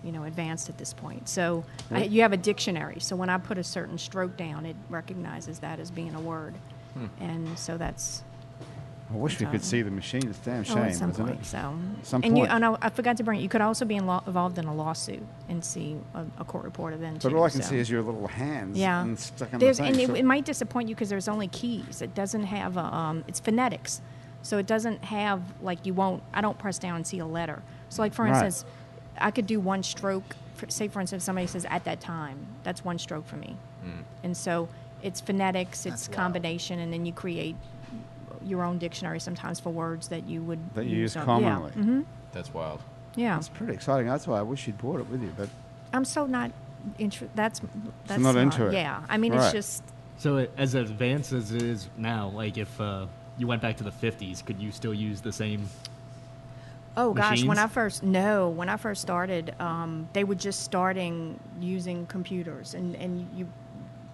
E: you know, advanced at this point. So I, you have a dictionary. So when I put a certain stroke down, it recognizes that as being a word,
C: Hmm.
E: and so that's
A: I wish we could
E: um,
A: see the machine. It's a damn shame,
E: oh, at some
A: isn't
E: point.
A: it?
E: So
A: Some
E: and you
A: point.
E: and I, I forgot to bring. You could also be in law, involved in a lawsuit and see a, a court reporter then.
A: But
E: too,
A: all I can
E: so.
A: see is your little hands.
E: yeah.
A: And stuck in
E: there's,
A: the
E: and
A: thing.
E: it,
A: so-
E: it might disappoint you because there's only keys. It doesn't have a, um, it's phonetics, so it doesn't have like you won't. I don't press down and see a letter. So like for
A: Right.
E: instance, I could do one stroke. For, say for instance, somebody says at that time. That's one stroke for me, and so it's phonetics, it's combination, and then you create your own dictionary sometimes for words that you would
A: that you use
E: on-
A: commonly.
E: Mm-hmm. Yeah, hmm
B: That's wild.
E: yeah.
A: It's pretty exciting. That's why I wish you'd brought it with you. But
E: I'm so not. Intro- that's that's
A: not into it.
E: Yeah, I mean
A: Right.
E: it's just
D: So it- as advanced as it is now, like if uh, you went back to the 50s, could you still use the same?
E: Oh gosh, when I
D: machines?
E: first no, when I first started, um, they were just starting using computers, and and you,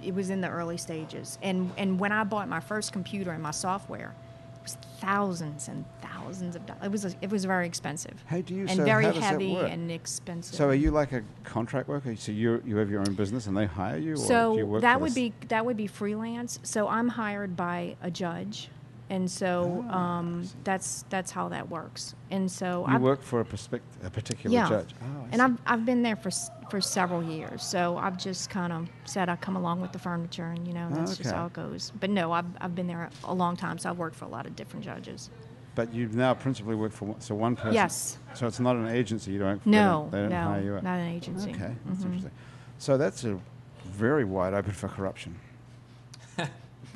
E: it was in the early stages. And and when I bought my first computer and my software, it was thousands and thousands of dollars. It was it was very expensive.
A: How do you-
E: And
A: so
E: very
A: how does that
E: heavy
A: work?
E: and expensive.
A: so, are you like a contract worker? So you you have your own business and they hire you, or do you
E: So
A: work
E: that
A: for
E: would
A: this-
E: be that would be freelance. So I'm hired by a judge, and so
A: Oh,
E: um, that's that's how that works. And so
A: You
E: I've,
A: work for a, perspec- a particular
E: yeah,
A: judge. Oh, I
E: and I've I've been there for s- for several years, so I've just kind of said I come along with the furniture, and you know that's just
A: Okay.
E: how it goes. But no, I've I've been there a long time, so I've worked for a lot of different judges.
A: see. But you now principally work for one, so one person.
E: Yes.
A: So it's not an agency. You don't. they
E: No,
A: don't- They don't,
E: no,
A: hire you. out.
E: not an agency. Mm-hmm.
A: Okay, that's interesting. So that's a very wide open for corruption.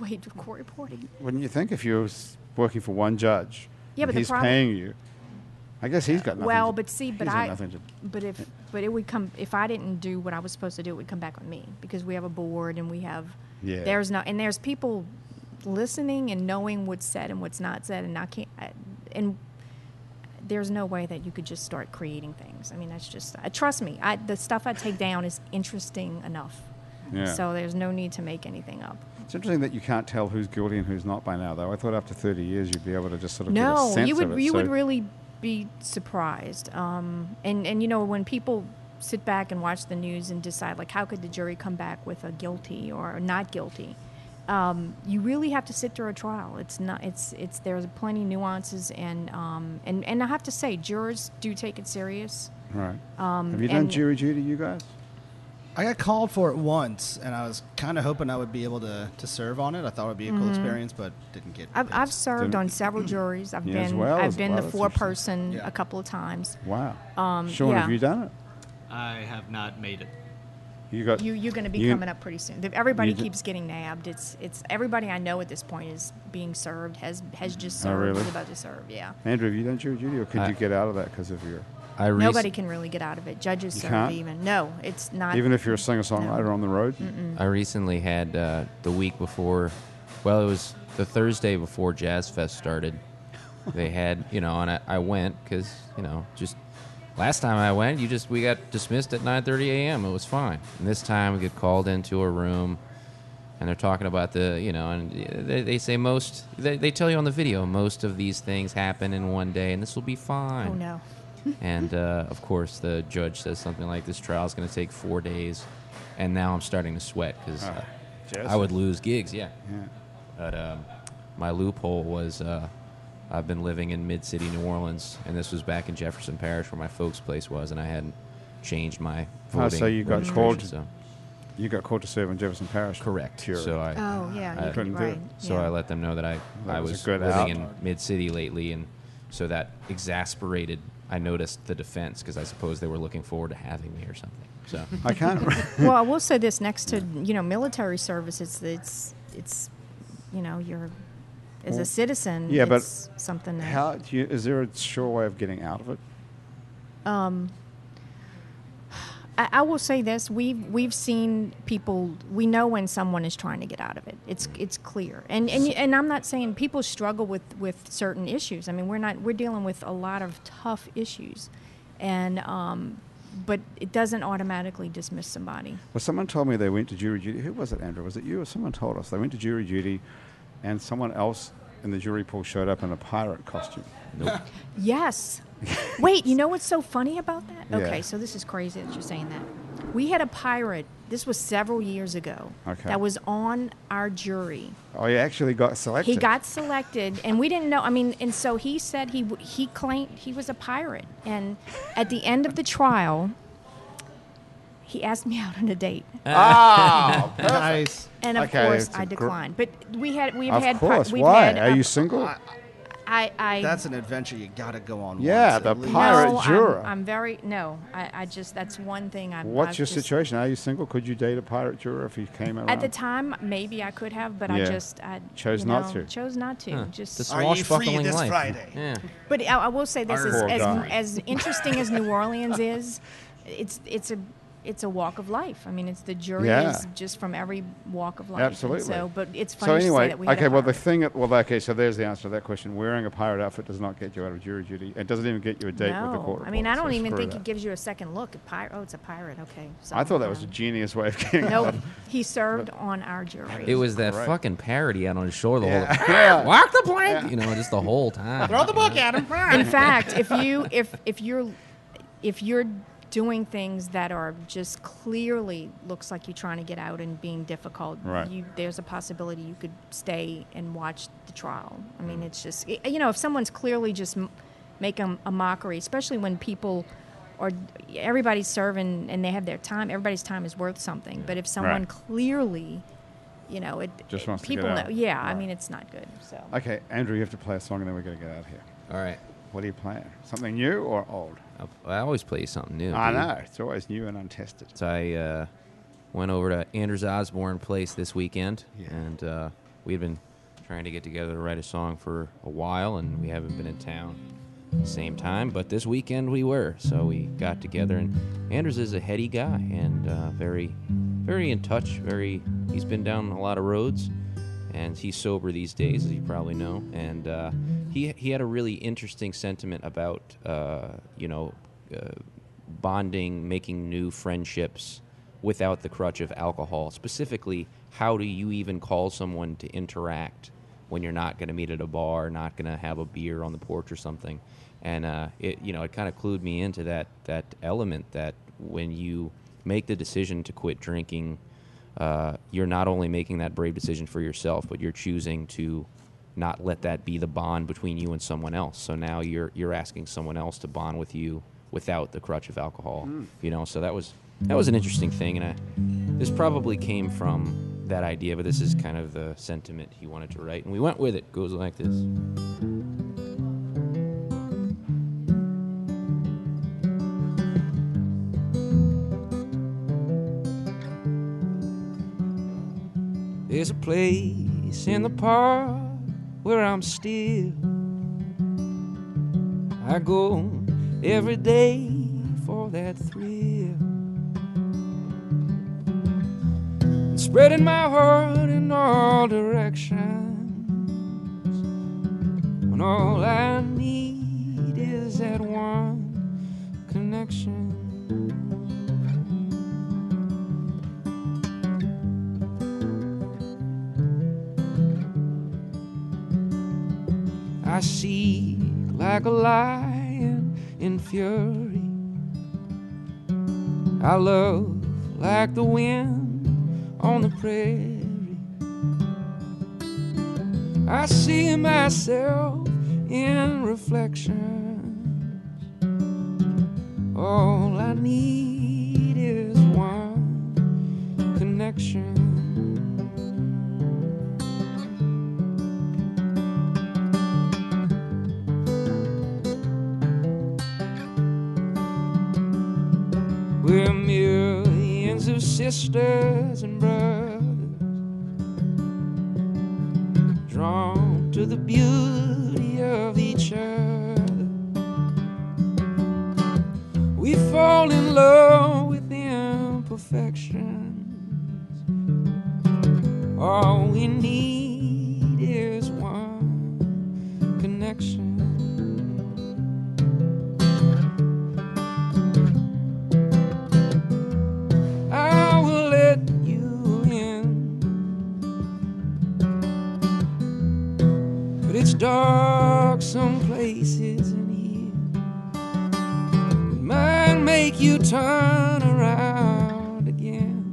E: Wait, court reporting?
A: Wouldn't you think if you're s- working for one judge,
E: Yeah,
A: and
E: but the
A: he's
E: problem-
A: paying you? I guess he's got nothing.
E: well,
A: to-
E: but see, but
A: he's got
E: I,
A: nothing to-
E: but if, but it would come if I didn't do what I was supposed to do, it would come back on me because we have a board and we have.
A: Yeah.
E: There's no and there's people listening and knowing what's said and what's not said, and I can't. I, and there's no way that you could just start creating things. I mean, that's just. Uh, trust me, I, the stuff I take down is interesting enough.
A: Yeah.
E: So there's no need to make anything up.
A: It's interesting that you can't tell who's guilty and who's not by now, though. I thought after 30 years you'd be able to just sort of get a
E: no
A: sense
E: you
A: of
E: would
A: it.
E: you would
A: so-
E: really be surprised um, and and you know when people sit back and watch the news and decide like how could the jury come back with a guilty or not guilty um, you really have to sit through a trial it's not it's it's there's plenty nuances and um, and and I have to say jurors do take it serious
A: Right. Have you done
E: um, and-
A: jury duty, you guys?
G: I got called for it once, and I was kind of hoping I would be able to, to serve on it. I thought it would be a cool experience, but didn't get.
E: Mm-hmm. I've, I've
G: picked.
E: served
A: Didn't-
E: on several juries I've
A: Yeah, as
E: been
A: well as-
E: I've been
A: wow,
E: the
A: that's
E: four
A: interesting.
E: person
G: Yeah.
E: a couple of times
A: Wow.
E: Um,
A: Sean, have
E: yeah.
A: you done it?
D: I have not made it.
A: You got
E: You you're going to be
A: you-
E: coming up pretty soon. Th- Everybody
A: You ju-
E: keeps getting nabbed. It's it's everybody I know at this point is being served has has just
A: Oh,
E: served
A: really?
E: is about to serve. Yeah.
A: Andrew, have you done jury duty, or could
B: I-
A: you get out of that because of your?
B: I rec-
E: Nobody can really get out of it. Judges
A: You
E: serve
A: can't?
E: even. No, it's not.
A: Even if you're a singer-songwriter on the road,
B: I recently had uh, the week before, well, it was the Thursday before Jazz Fest started. They had, you know, and I, I went because, you know, just last time I went, you just we got dismissed at 9:30 a.m. It was fine. And this time we get called into a room, and they're talking about the, you know, and they, they say most, they, they tell you on the video most of these things happen in one day, and this will be fine.
E: oh no.
B: And uh, of course, the judge says something like, "This trial is going to take four days," and now I'm starting to sweat because uh,
A: Jazz
B: I would lose gigs. Yeah,
A: yeah.
B: but um, my loophole was uh, I've been living in mid-city New Orleans, and this was back in Jefferson Parish where my folks' place was, and I hadn't changed my
A: Oh,
B: voting.
A: so you got
B: registration,
A: called-
B: So.
A: you got called to serve in Jefferson Parish.
B: Correct.
A: Curious.
B: So I
E: Oh yeah. You
A: couldn't
E: can,
A: do it.
E: right.
B: so
E: yeah.
B: I let them know that I,
A: That
B: I
A: was a
B: was,
A: good
B: living
A: out.
B: in mid city lately, and so that exasperated. I noticed the defense because I suppose they were looking forward to having me or something. So
A: I can't.
E: well, I will say this: next to you know military service, it's it's it's you know you're as
A: Well,
E: a citizen.
A: yeah, but
E: it's something that
A: how do you, is there a sure way of getting out of it?
E: I, I will say this: we've we've seen people. We know when someone is trying to get out of it. It's it's clear. And and you- and I'm not saying people struggle with with certain issues. I mean, we're not we're dealing with a lot of tough issues, and um, but it doesn't automatically dismiss somebody.
A: Well, someone told me they went to jury duty. Who was it, Andrew? Was it you? Or someone told us they went to jury duty, and someone else in the jury pool showed up in a pirate costume.
E: Yes. Wait, you know what's so funny about that?
A: Yeah.
E: Okay, so this is crazy that you're saying that. We had a pirate. This was several years ago.
A: Okay.
E: That was on our jury.
A: Oh, he actually got selected.
E: He got selected, and we didn't know. I mean, and so he said he w- he claimed he was a pirate, and at the end of the trial, he asked me out on a date,
A: Oh,
G: nice.
E: and of
A: Uh, Okay,
E: course
A: it's a
E: I
A: gr-
E: declined. but we had we've
A: of
E: had pri-
A: course.
E: we've
A: Why?
E: had
A: Are
E: a-
A: you single?
E: I I
G: That's an adventure you got to go on.
A: Yeah,
G: once
A: the
G: at least.
A: pirate-
E: no, I'm-
A: juror.
E: I'm, very no. I, I just that's one thing I'm.
A: What's
E: I've
A: your
E: just-
A: situation? Are you single? Could you date a pirate juror if he came around?
E: At the time, maybe I could have, but I
A: Yeah.
E: just I
A: Chose
E: you
A: not
E: know,
A: to.
E: Chose not to. Just
B: the
G: Are you free
B: swashbuckling
G: this
B: life.
G: Friday?
B: Yeah.
E: But I, I will say this: is,
A: Poor
E: as,
A: guy.
E: as interesting as New Orleans is, it's it's a it's a walk of life. I mean, it's the jury
A: Yeah.
E: is just from every walk of life. and
A: Absolutely.
E: So, but it's funny
A: so
E: to say
A: anyway,
E: that we had a
A: okay. Well, the
E: pirate.
A: thing. Well, okay. So there's the answer to that question. Wearing a pirate outfit does not get you out of jury duty. It doesn't even get you a date with
E: no,
A: the court.
E: I mean, I
A: reporter, so
E: don't even
A: screw
E: think
A: that.
E: it gives you a second look at pirate. Oh, it's a pirate. Okay. So,
A: I thought that
E: no.
A: was a genius way of getting. out
E: Nope,
A: of-
E: he served on our jury.
B: It was that
A: Correct.
B: fucking parody out on his shore the whole
A: Yeah.
B: Walk the plank, you know, just the whole time.
G: Throw the book at him.
E: In fact, if you if if you're if you're doing things that are just clearly looks like you're trying to get out and being difficult,
A: Right.
E: you, there's a possibility you could stay and watch the trial. I
A: Mm.
E: mean, it's just y- you know, if someone's clearly just m- making a mockery, especially when people are everybody's serving and they have their time, everybody's time is worth something. But if someone
A: Right.
E: clearly, you know, it
A: Just
E: it-
A: wants to get
E: people
A: out.
E: know, yeah, I
A: Right.
E: mean, it's not good. So
A: Okay, Andrew, you have to play a song and then we're going to get out of here.
B: All right.
A: What are you playing? Something new or old?
B: I'll- I always play you something new.
A: I
B: dude.
A: know. It's always new and untested.
B: So I uh, went over to Anders Osborne Place this weekend,
A: Yeah.
B: and uh, we had been trying to get together to write a song for a while, and we haven't been in town at the same time. But this weekend we were, so we got together. And Anders is a heady guy and uh, very, very in touch. Very, he's been down a lot of roads, and he's sober these days, as you probably know. And uh, he he had a really interesting sentiment about uh, you know. Uh, bonding, making new friendships without the crutch of alcohol. Specifically, how do you even call someone to interact when you're not going to meet at a bar, not going to have a beer on the porch or something? And uh, it, you know, it kind of clued me into that that element that when you make the decision to quit drinking, uh, you're not only making that brave decision for yourself, but you're choosing to not let that be the bond between you and someone else. So now you're you're asking someone else to bond with you without the crutch of alcohol. You know, so that was that was an interesting thing, and I, this probably came from that idea, but this is kind of the sentiment he wanted to write, and we went with it. Goes like this. There's a place in the park where I'm still. I go every day for that thrill. Spreading my heart in all directions. When all I need is that one connection. I seek like a lion in fury. I love like the wind on the prairie. I see myself in reflections. All I need is one connection. We're millions of sisters and brothers drawn to the beauty of each other. We fall in love with imperfections. All we need is one connection. I will let you in. But it's dark some places in here. It might make you turn around again.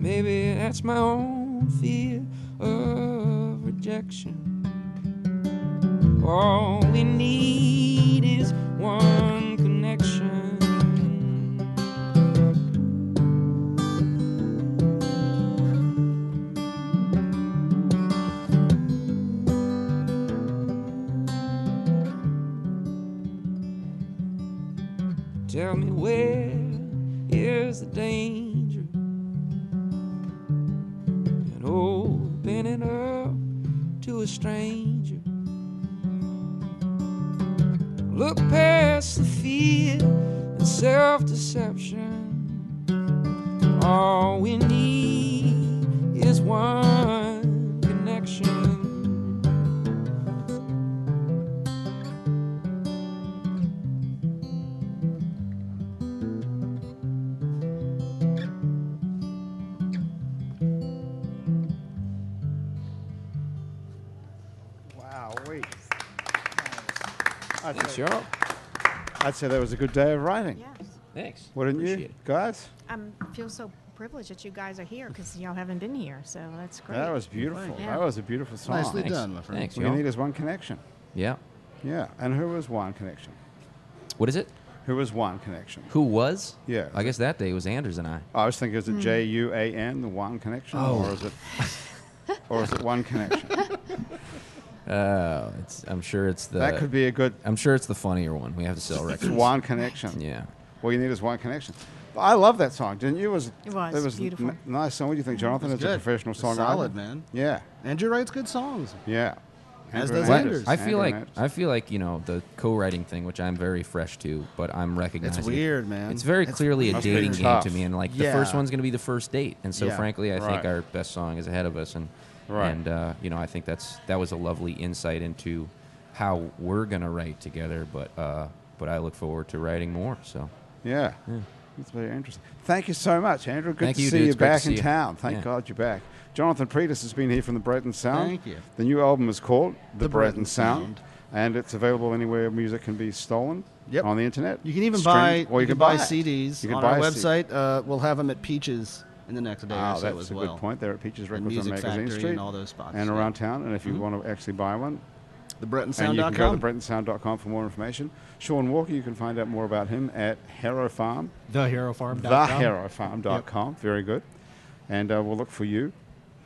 B: Maybe that's my own fear of rejection. All we need is one connection. Tell me where is the danger? And open it up to a stranger. Look past the fear and self deception. All we need is one connection.
A: Wow, wait.
B: Thanks, y'all.
A: I'd say that was a good day of writing.
E: Yes.
B: Thanks.
A: Wouldn't you,
B: Appreciate it.
A: guys?
E: I feel so privileged that you guys are here because y'all haven't been here, so that's great.
A: That was beautiful.
E: Yeah.
A: That was a beautiful song.
G: Nicely
B: Thanks.
G: done, my friend.
B: Thanks,
A: All you
B: y'all.
A: need is one connection.
B: Yeah.
A: Yeah. And who was one connection?
B: What is it?
A: Who was one connection?
B: Who was?
A: Yeah.
B: I guess that day was Anders and I.
A: I was thinking, is it J U A N, the one connection,
B: Oh.
A: or is it, or is it one connection?
B: Uh, it's, I'm sure it's the.
A: that could be a good
B: I'm sure it's the funnier one. We have to sell records.
A: one connection.
B: Yeah.
A: All you need is one connection. But I love that song, didn't you? It was,
E: It was beautiful.
A: n- nice song. What do you think, Jonathan? It's a
G: good.
A: professional
G: It's
A: song.
G: solid, man.
A: Yeah,
G: Andrew writes good songs.
A: yeah.
G: As
A: Andrew
G: does
B: Well,
A: Anders.
G: Anders.
B: I feel
A: Andrew
B: like
A: Anders.
B: I feel like you know the co-writing thing, which I'm very fresh to, but I'm recognizing.
G: It's weird, man.
B: It's very
G: It's
B: clearly a
A: Must be
B: dating game
A: tough.
B: to me, and like
G: Yeah.
B: the first one's going to be the first date, and so
G: Yeah,
B: frankly, I
A: right.
B: think our best song is ahead of us, and
A: Right.
B: and uh, you know I think that's that was a lovely insight into how we're going to write together, but uh, but I look forward to writing more. So
A: Yeah. It's very interesting. Thank you so much, Andrew. Good
B: Thank
A: to
B: you,
A: see
B: dude.
A: you
B: It's great to
A: back
B: see
A: in
B: you.
A: town. Thank
B: Yeah.
A: God you're back. Jonathan Priebus has been here from the Breton Sound.
G: Thank you.
A: The new album is called The,
G: The
A: Breton,
G: Breton
A: Sound,
G: Sound.
A: and it's available anywhere music can be stolen
G: Yep.
A: on the internet.
G: You can even
A: Streamed,
G: buy
A: or
G: you can buy
A: it.
G: CDs
A: You can
G: on
A: buy
G: our
A: a CD.
G: website. Uh, we'll have them at Peaches in the next day
A: Ah,
G: or so
A: that's
G: as
A: a
G: well.
A: good point. They're at Peaches Records on
G: Music
A: Magazine
G: Factory and
A: Street
G: all those spots,
A: and
G: yeah. Mm-hmm.
A: around town. And if you want to actually buy one, and you can go to
G: TheBretonSound.com.
A: bretonsound.com for more information. Sean Walker, you can find out more about him at Harrow Farm.
D: theherofarm.com.
A: theherofarm.com. Very good. And uh, we'll look for you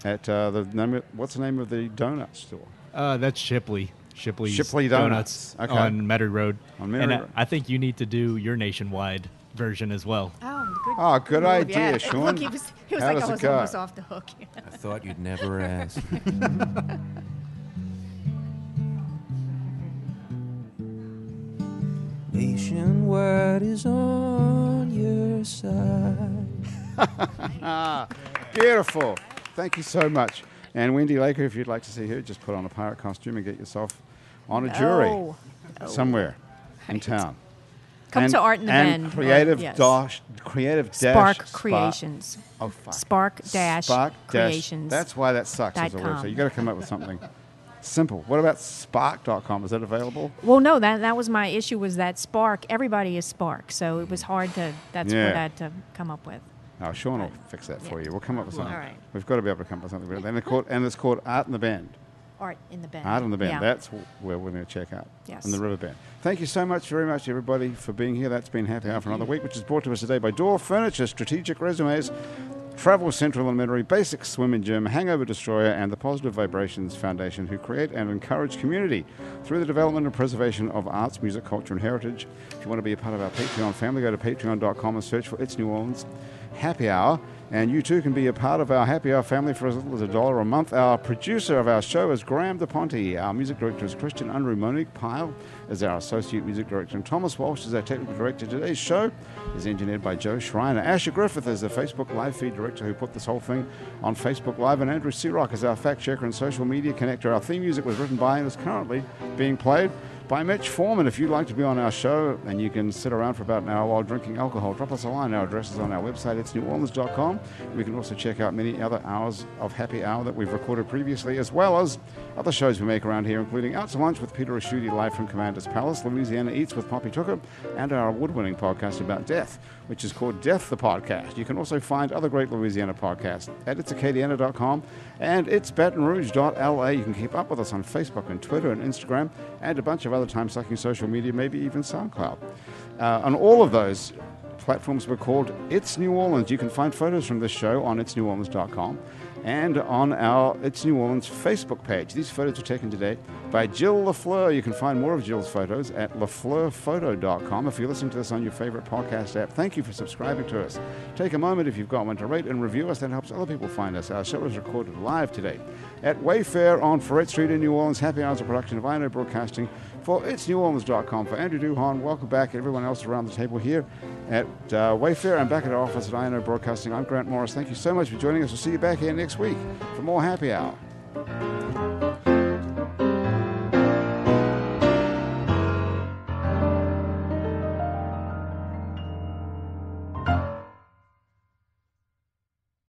A: at uh, the name. of- What's the name of the donut store?
D: Uh, that's Shipley. Shipley's
A: Shipley Donuts.
D: Donuts,
A: Okay.
D: on Metairie Road.
A: On Metairie
D: and I-
A: Road.
D: I think you need to do your nationwide version as well.
E: Oh, good.
A: Oh, good
E: move,
A: idea,
E: yeah.
A: Sean.
E: Look, he was, he was
A: How
E: like,
A: does
E: I
A: it
E: was
A: go?
E: almost off the hook.
B: I thought you'd never ask. Nationwide is on your side.
A: Beautiful. Thank you so much. And Wendy Laker, if you'd like to see her, just put on a pirate costume and get yourself on a jury
E: No.
A: somewhere in
E: Right.
A: town.
E: Oh, Come
A: and,
E: to Art in the
A: and
E: Bend. or-
A: Creative
E: yes.
A: Dash. Creative Dash.
E: Spark
A: Spa-
E: Creations.
A: Oh, fuck.
E: Spark Dash
A: Spark dash-
E: Creations.
A: That's why that sucks as a
E: dot com.
A: website. you got to come up with something simple. What about spark.com? Is that available?
E: well, no, that that was my issue was that Spark. Everybody is Spark, so it was hard to. That's what
A: Yeah.
E: I had to come up with.
A: No, Sean will fix that for you. We'll come up with something.
E: All right.
A: We've got to be able to come up with something. better. And, it's called, and it's called Art in the Band.
E: Art in the band.
A: Art in the Band.
E: Yeah.
A: That's wh- where we're going to check out.
E: Yes.
A: On the River Band. Thank you so much, very much, everybody, for being here. That's been Happy Hour for another week, which is brought to us today by Door Furniture, Strategic Resumes, Travel Central and Metairie, Basic Swim and Gym, Hangover Destroyer, and the Positive Vibrations Foundation, who create and encourage community through the development and preservation of arts, music, culture, and heritage. If you want to be a part of our Patreon family, go to patreon.com and search for It's New Orleans Happy Hour. And you too can be a part of our happy hour family for as little as a dollar a month. Our producer of our show is Graham DePonte. Our music director is Christian Unruh. Monique Pyle is our associate music director. And Thomas Walsh is our technical director. Today's show is engineered by Joe Schreiner. Asher Griffith is the Facebook live feed director who put this whole thing on Facebook Live. And Andrew Searock is our fact checker and social media connector. Our theme music was written by and is currently being played by Mitch Foreman. If you'd like to be on our show and you can sit around for about an hour while drinking alcohol, drop us a line. Our address is on our website, it's neworleans.com. We can also check out many other hours of happy hour that we've recorded previously, as well as other shows we make around here, including Out to Lunch with Peter Ashuti live from Commander's Palace, Louisiana Eats with Poppy Tooker, and our award winning podcast about death, which is called Death the Podcast. You can also find other great Louisiana podcasts at itsacadiana.com and it's batonrouge.la. You can keep up with us on Facebook and Twitter and Instagram and a bunch of other time sucking social media, maybe even SoundCloud. Uh, on all of those platforms, we're called It's New Orleans. You can find photos from this show on itsneworleans.com and on our It's New Orleans Facebook page. These photos were taken today by Jill LaFleur. You can find more of Jill's photos at lafleurphoto.com. If you're listening to this on your favorite podcast app, thank you for subscribing to us. Take a moment if you've got one to rate and review us. That helps other people find us. Our show is recorded live today at Wayfair on Ferret Street in New Orleans. Happy Hours a production of INO Broadcasting for itsneworleans.com. For Andrew Duhon, welcome back everyone else around the table here at uh, Wayfair and back at our office at INO Broadcasting. I'm Grant Morris. Thank you so much for joining us. We'll see you back here next week for more Happy Hour.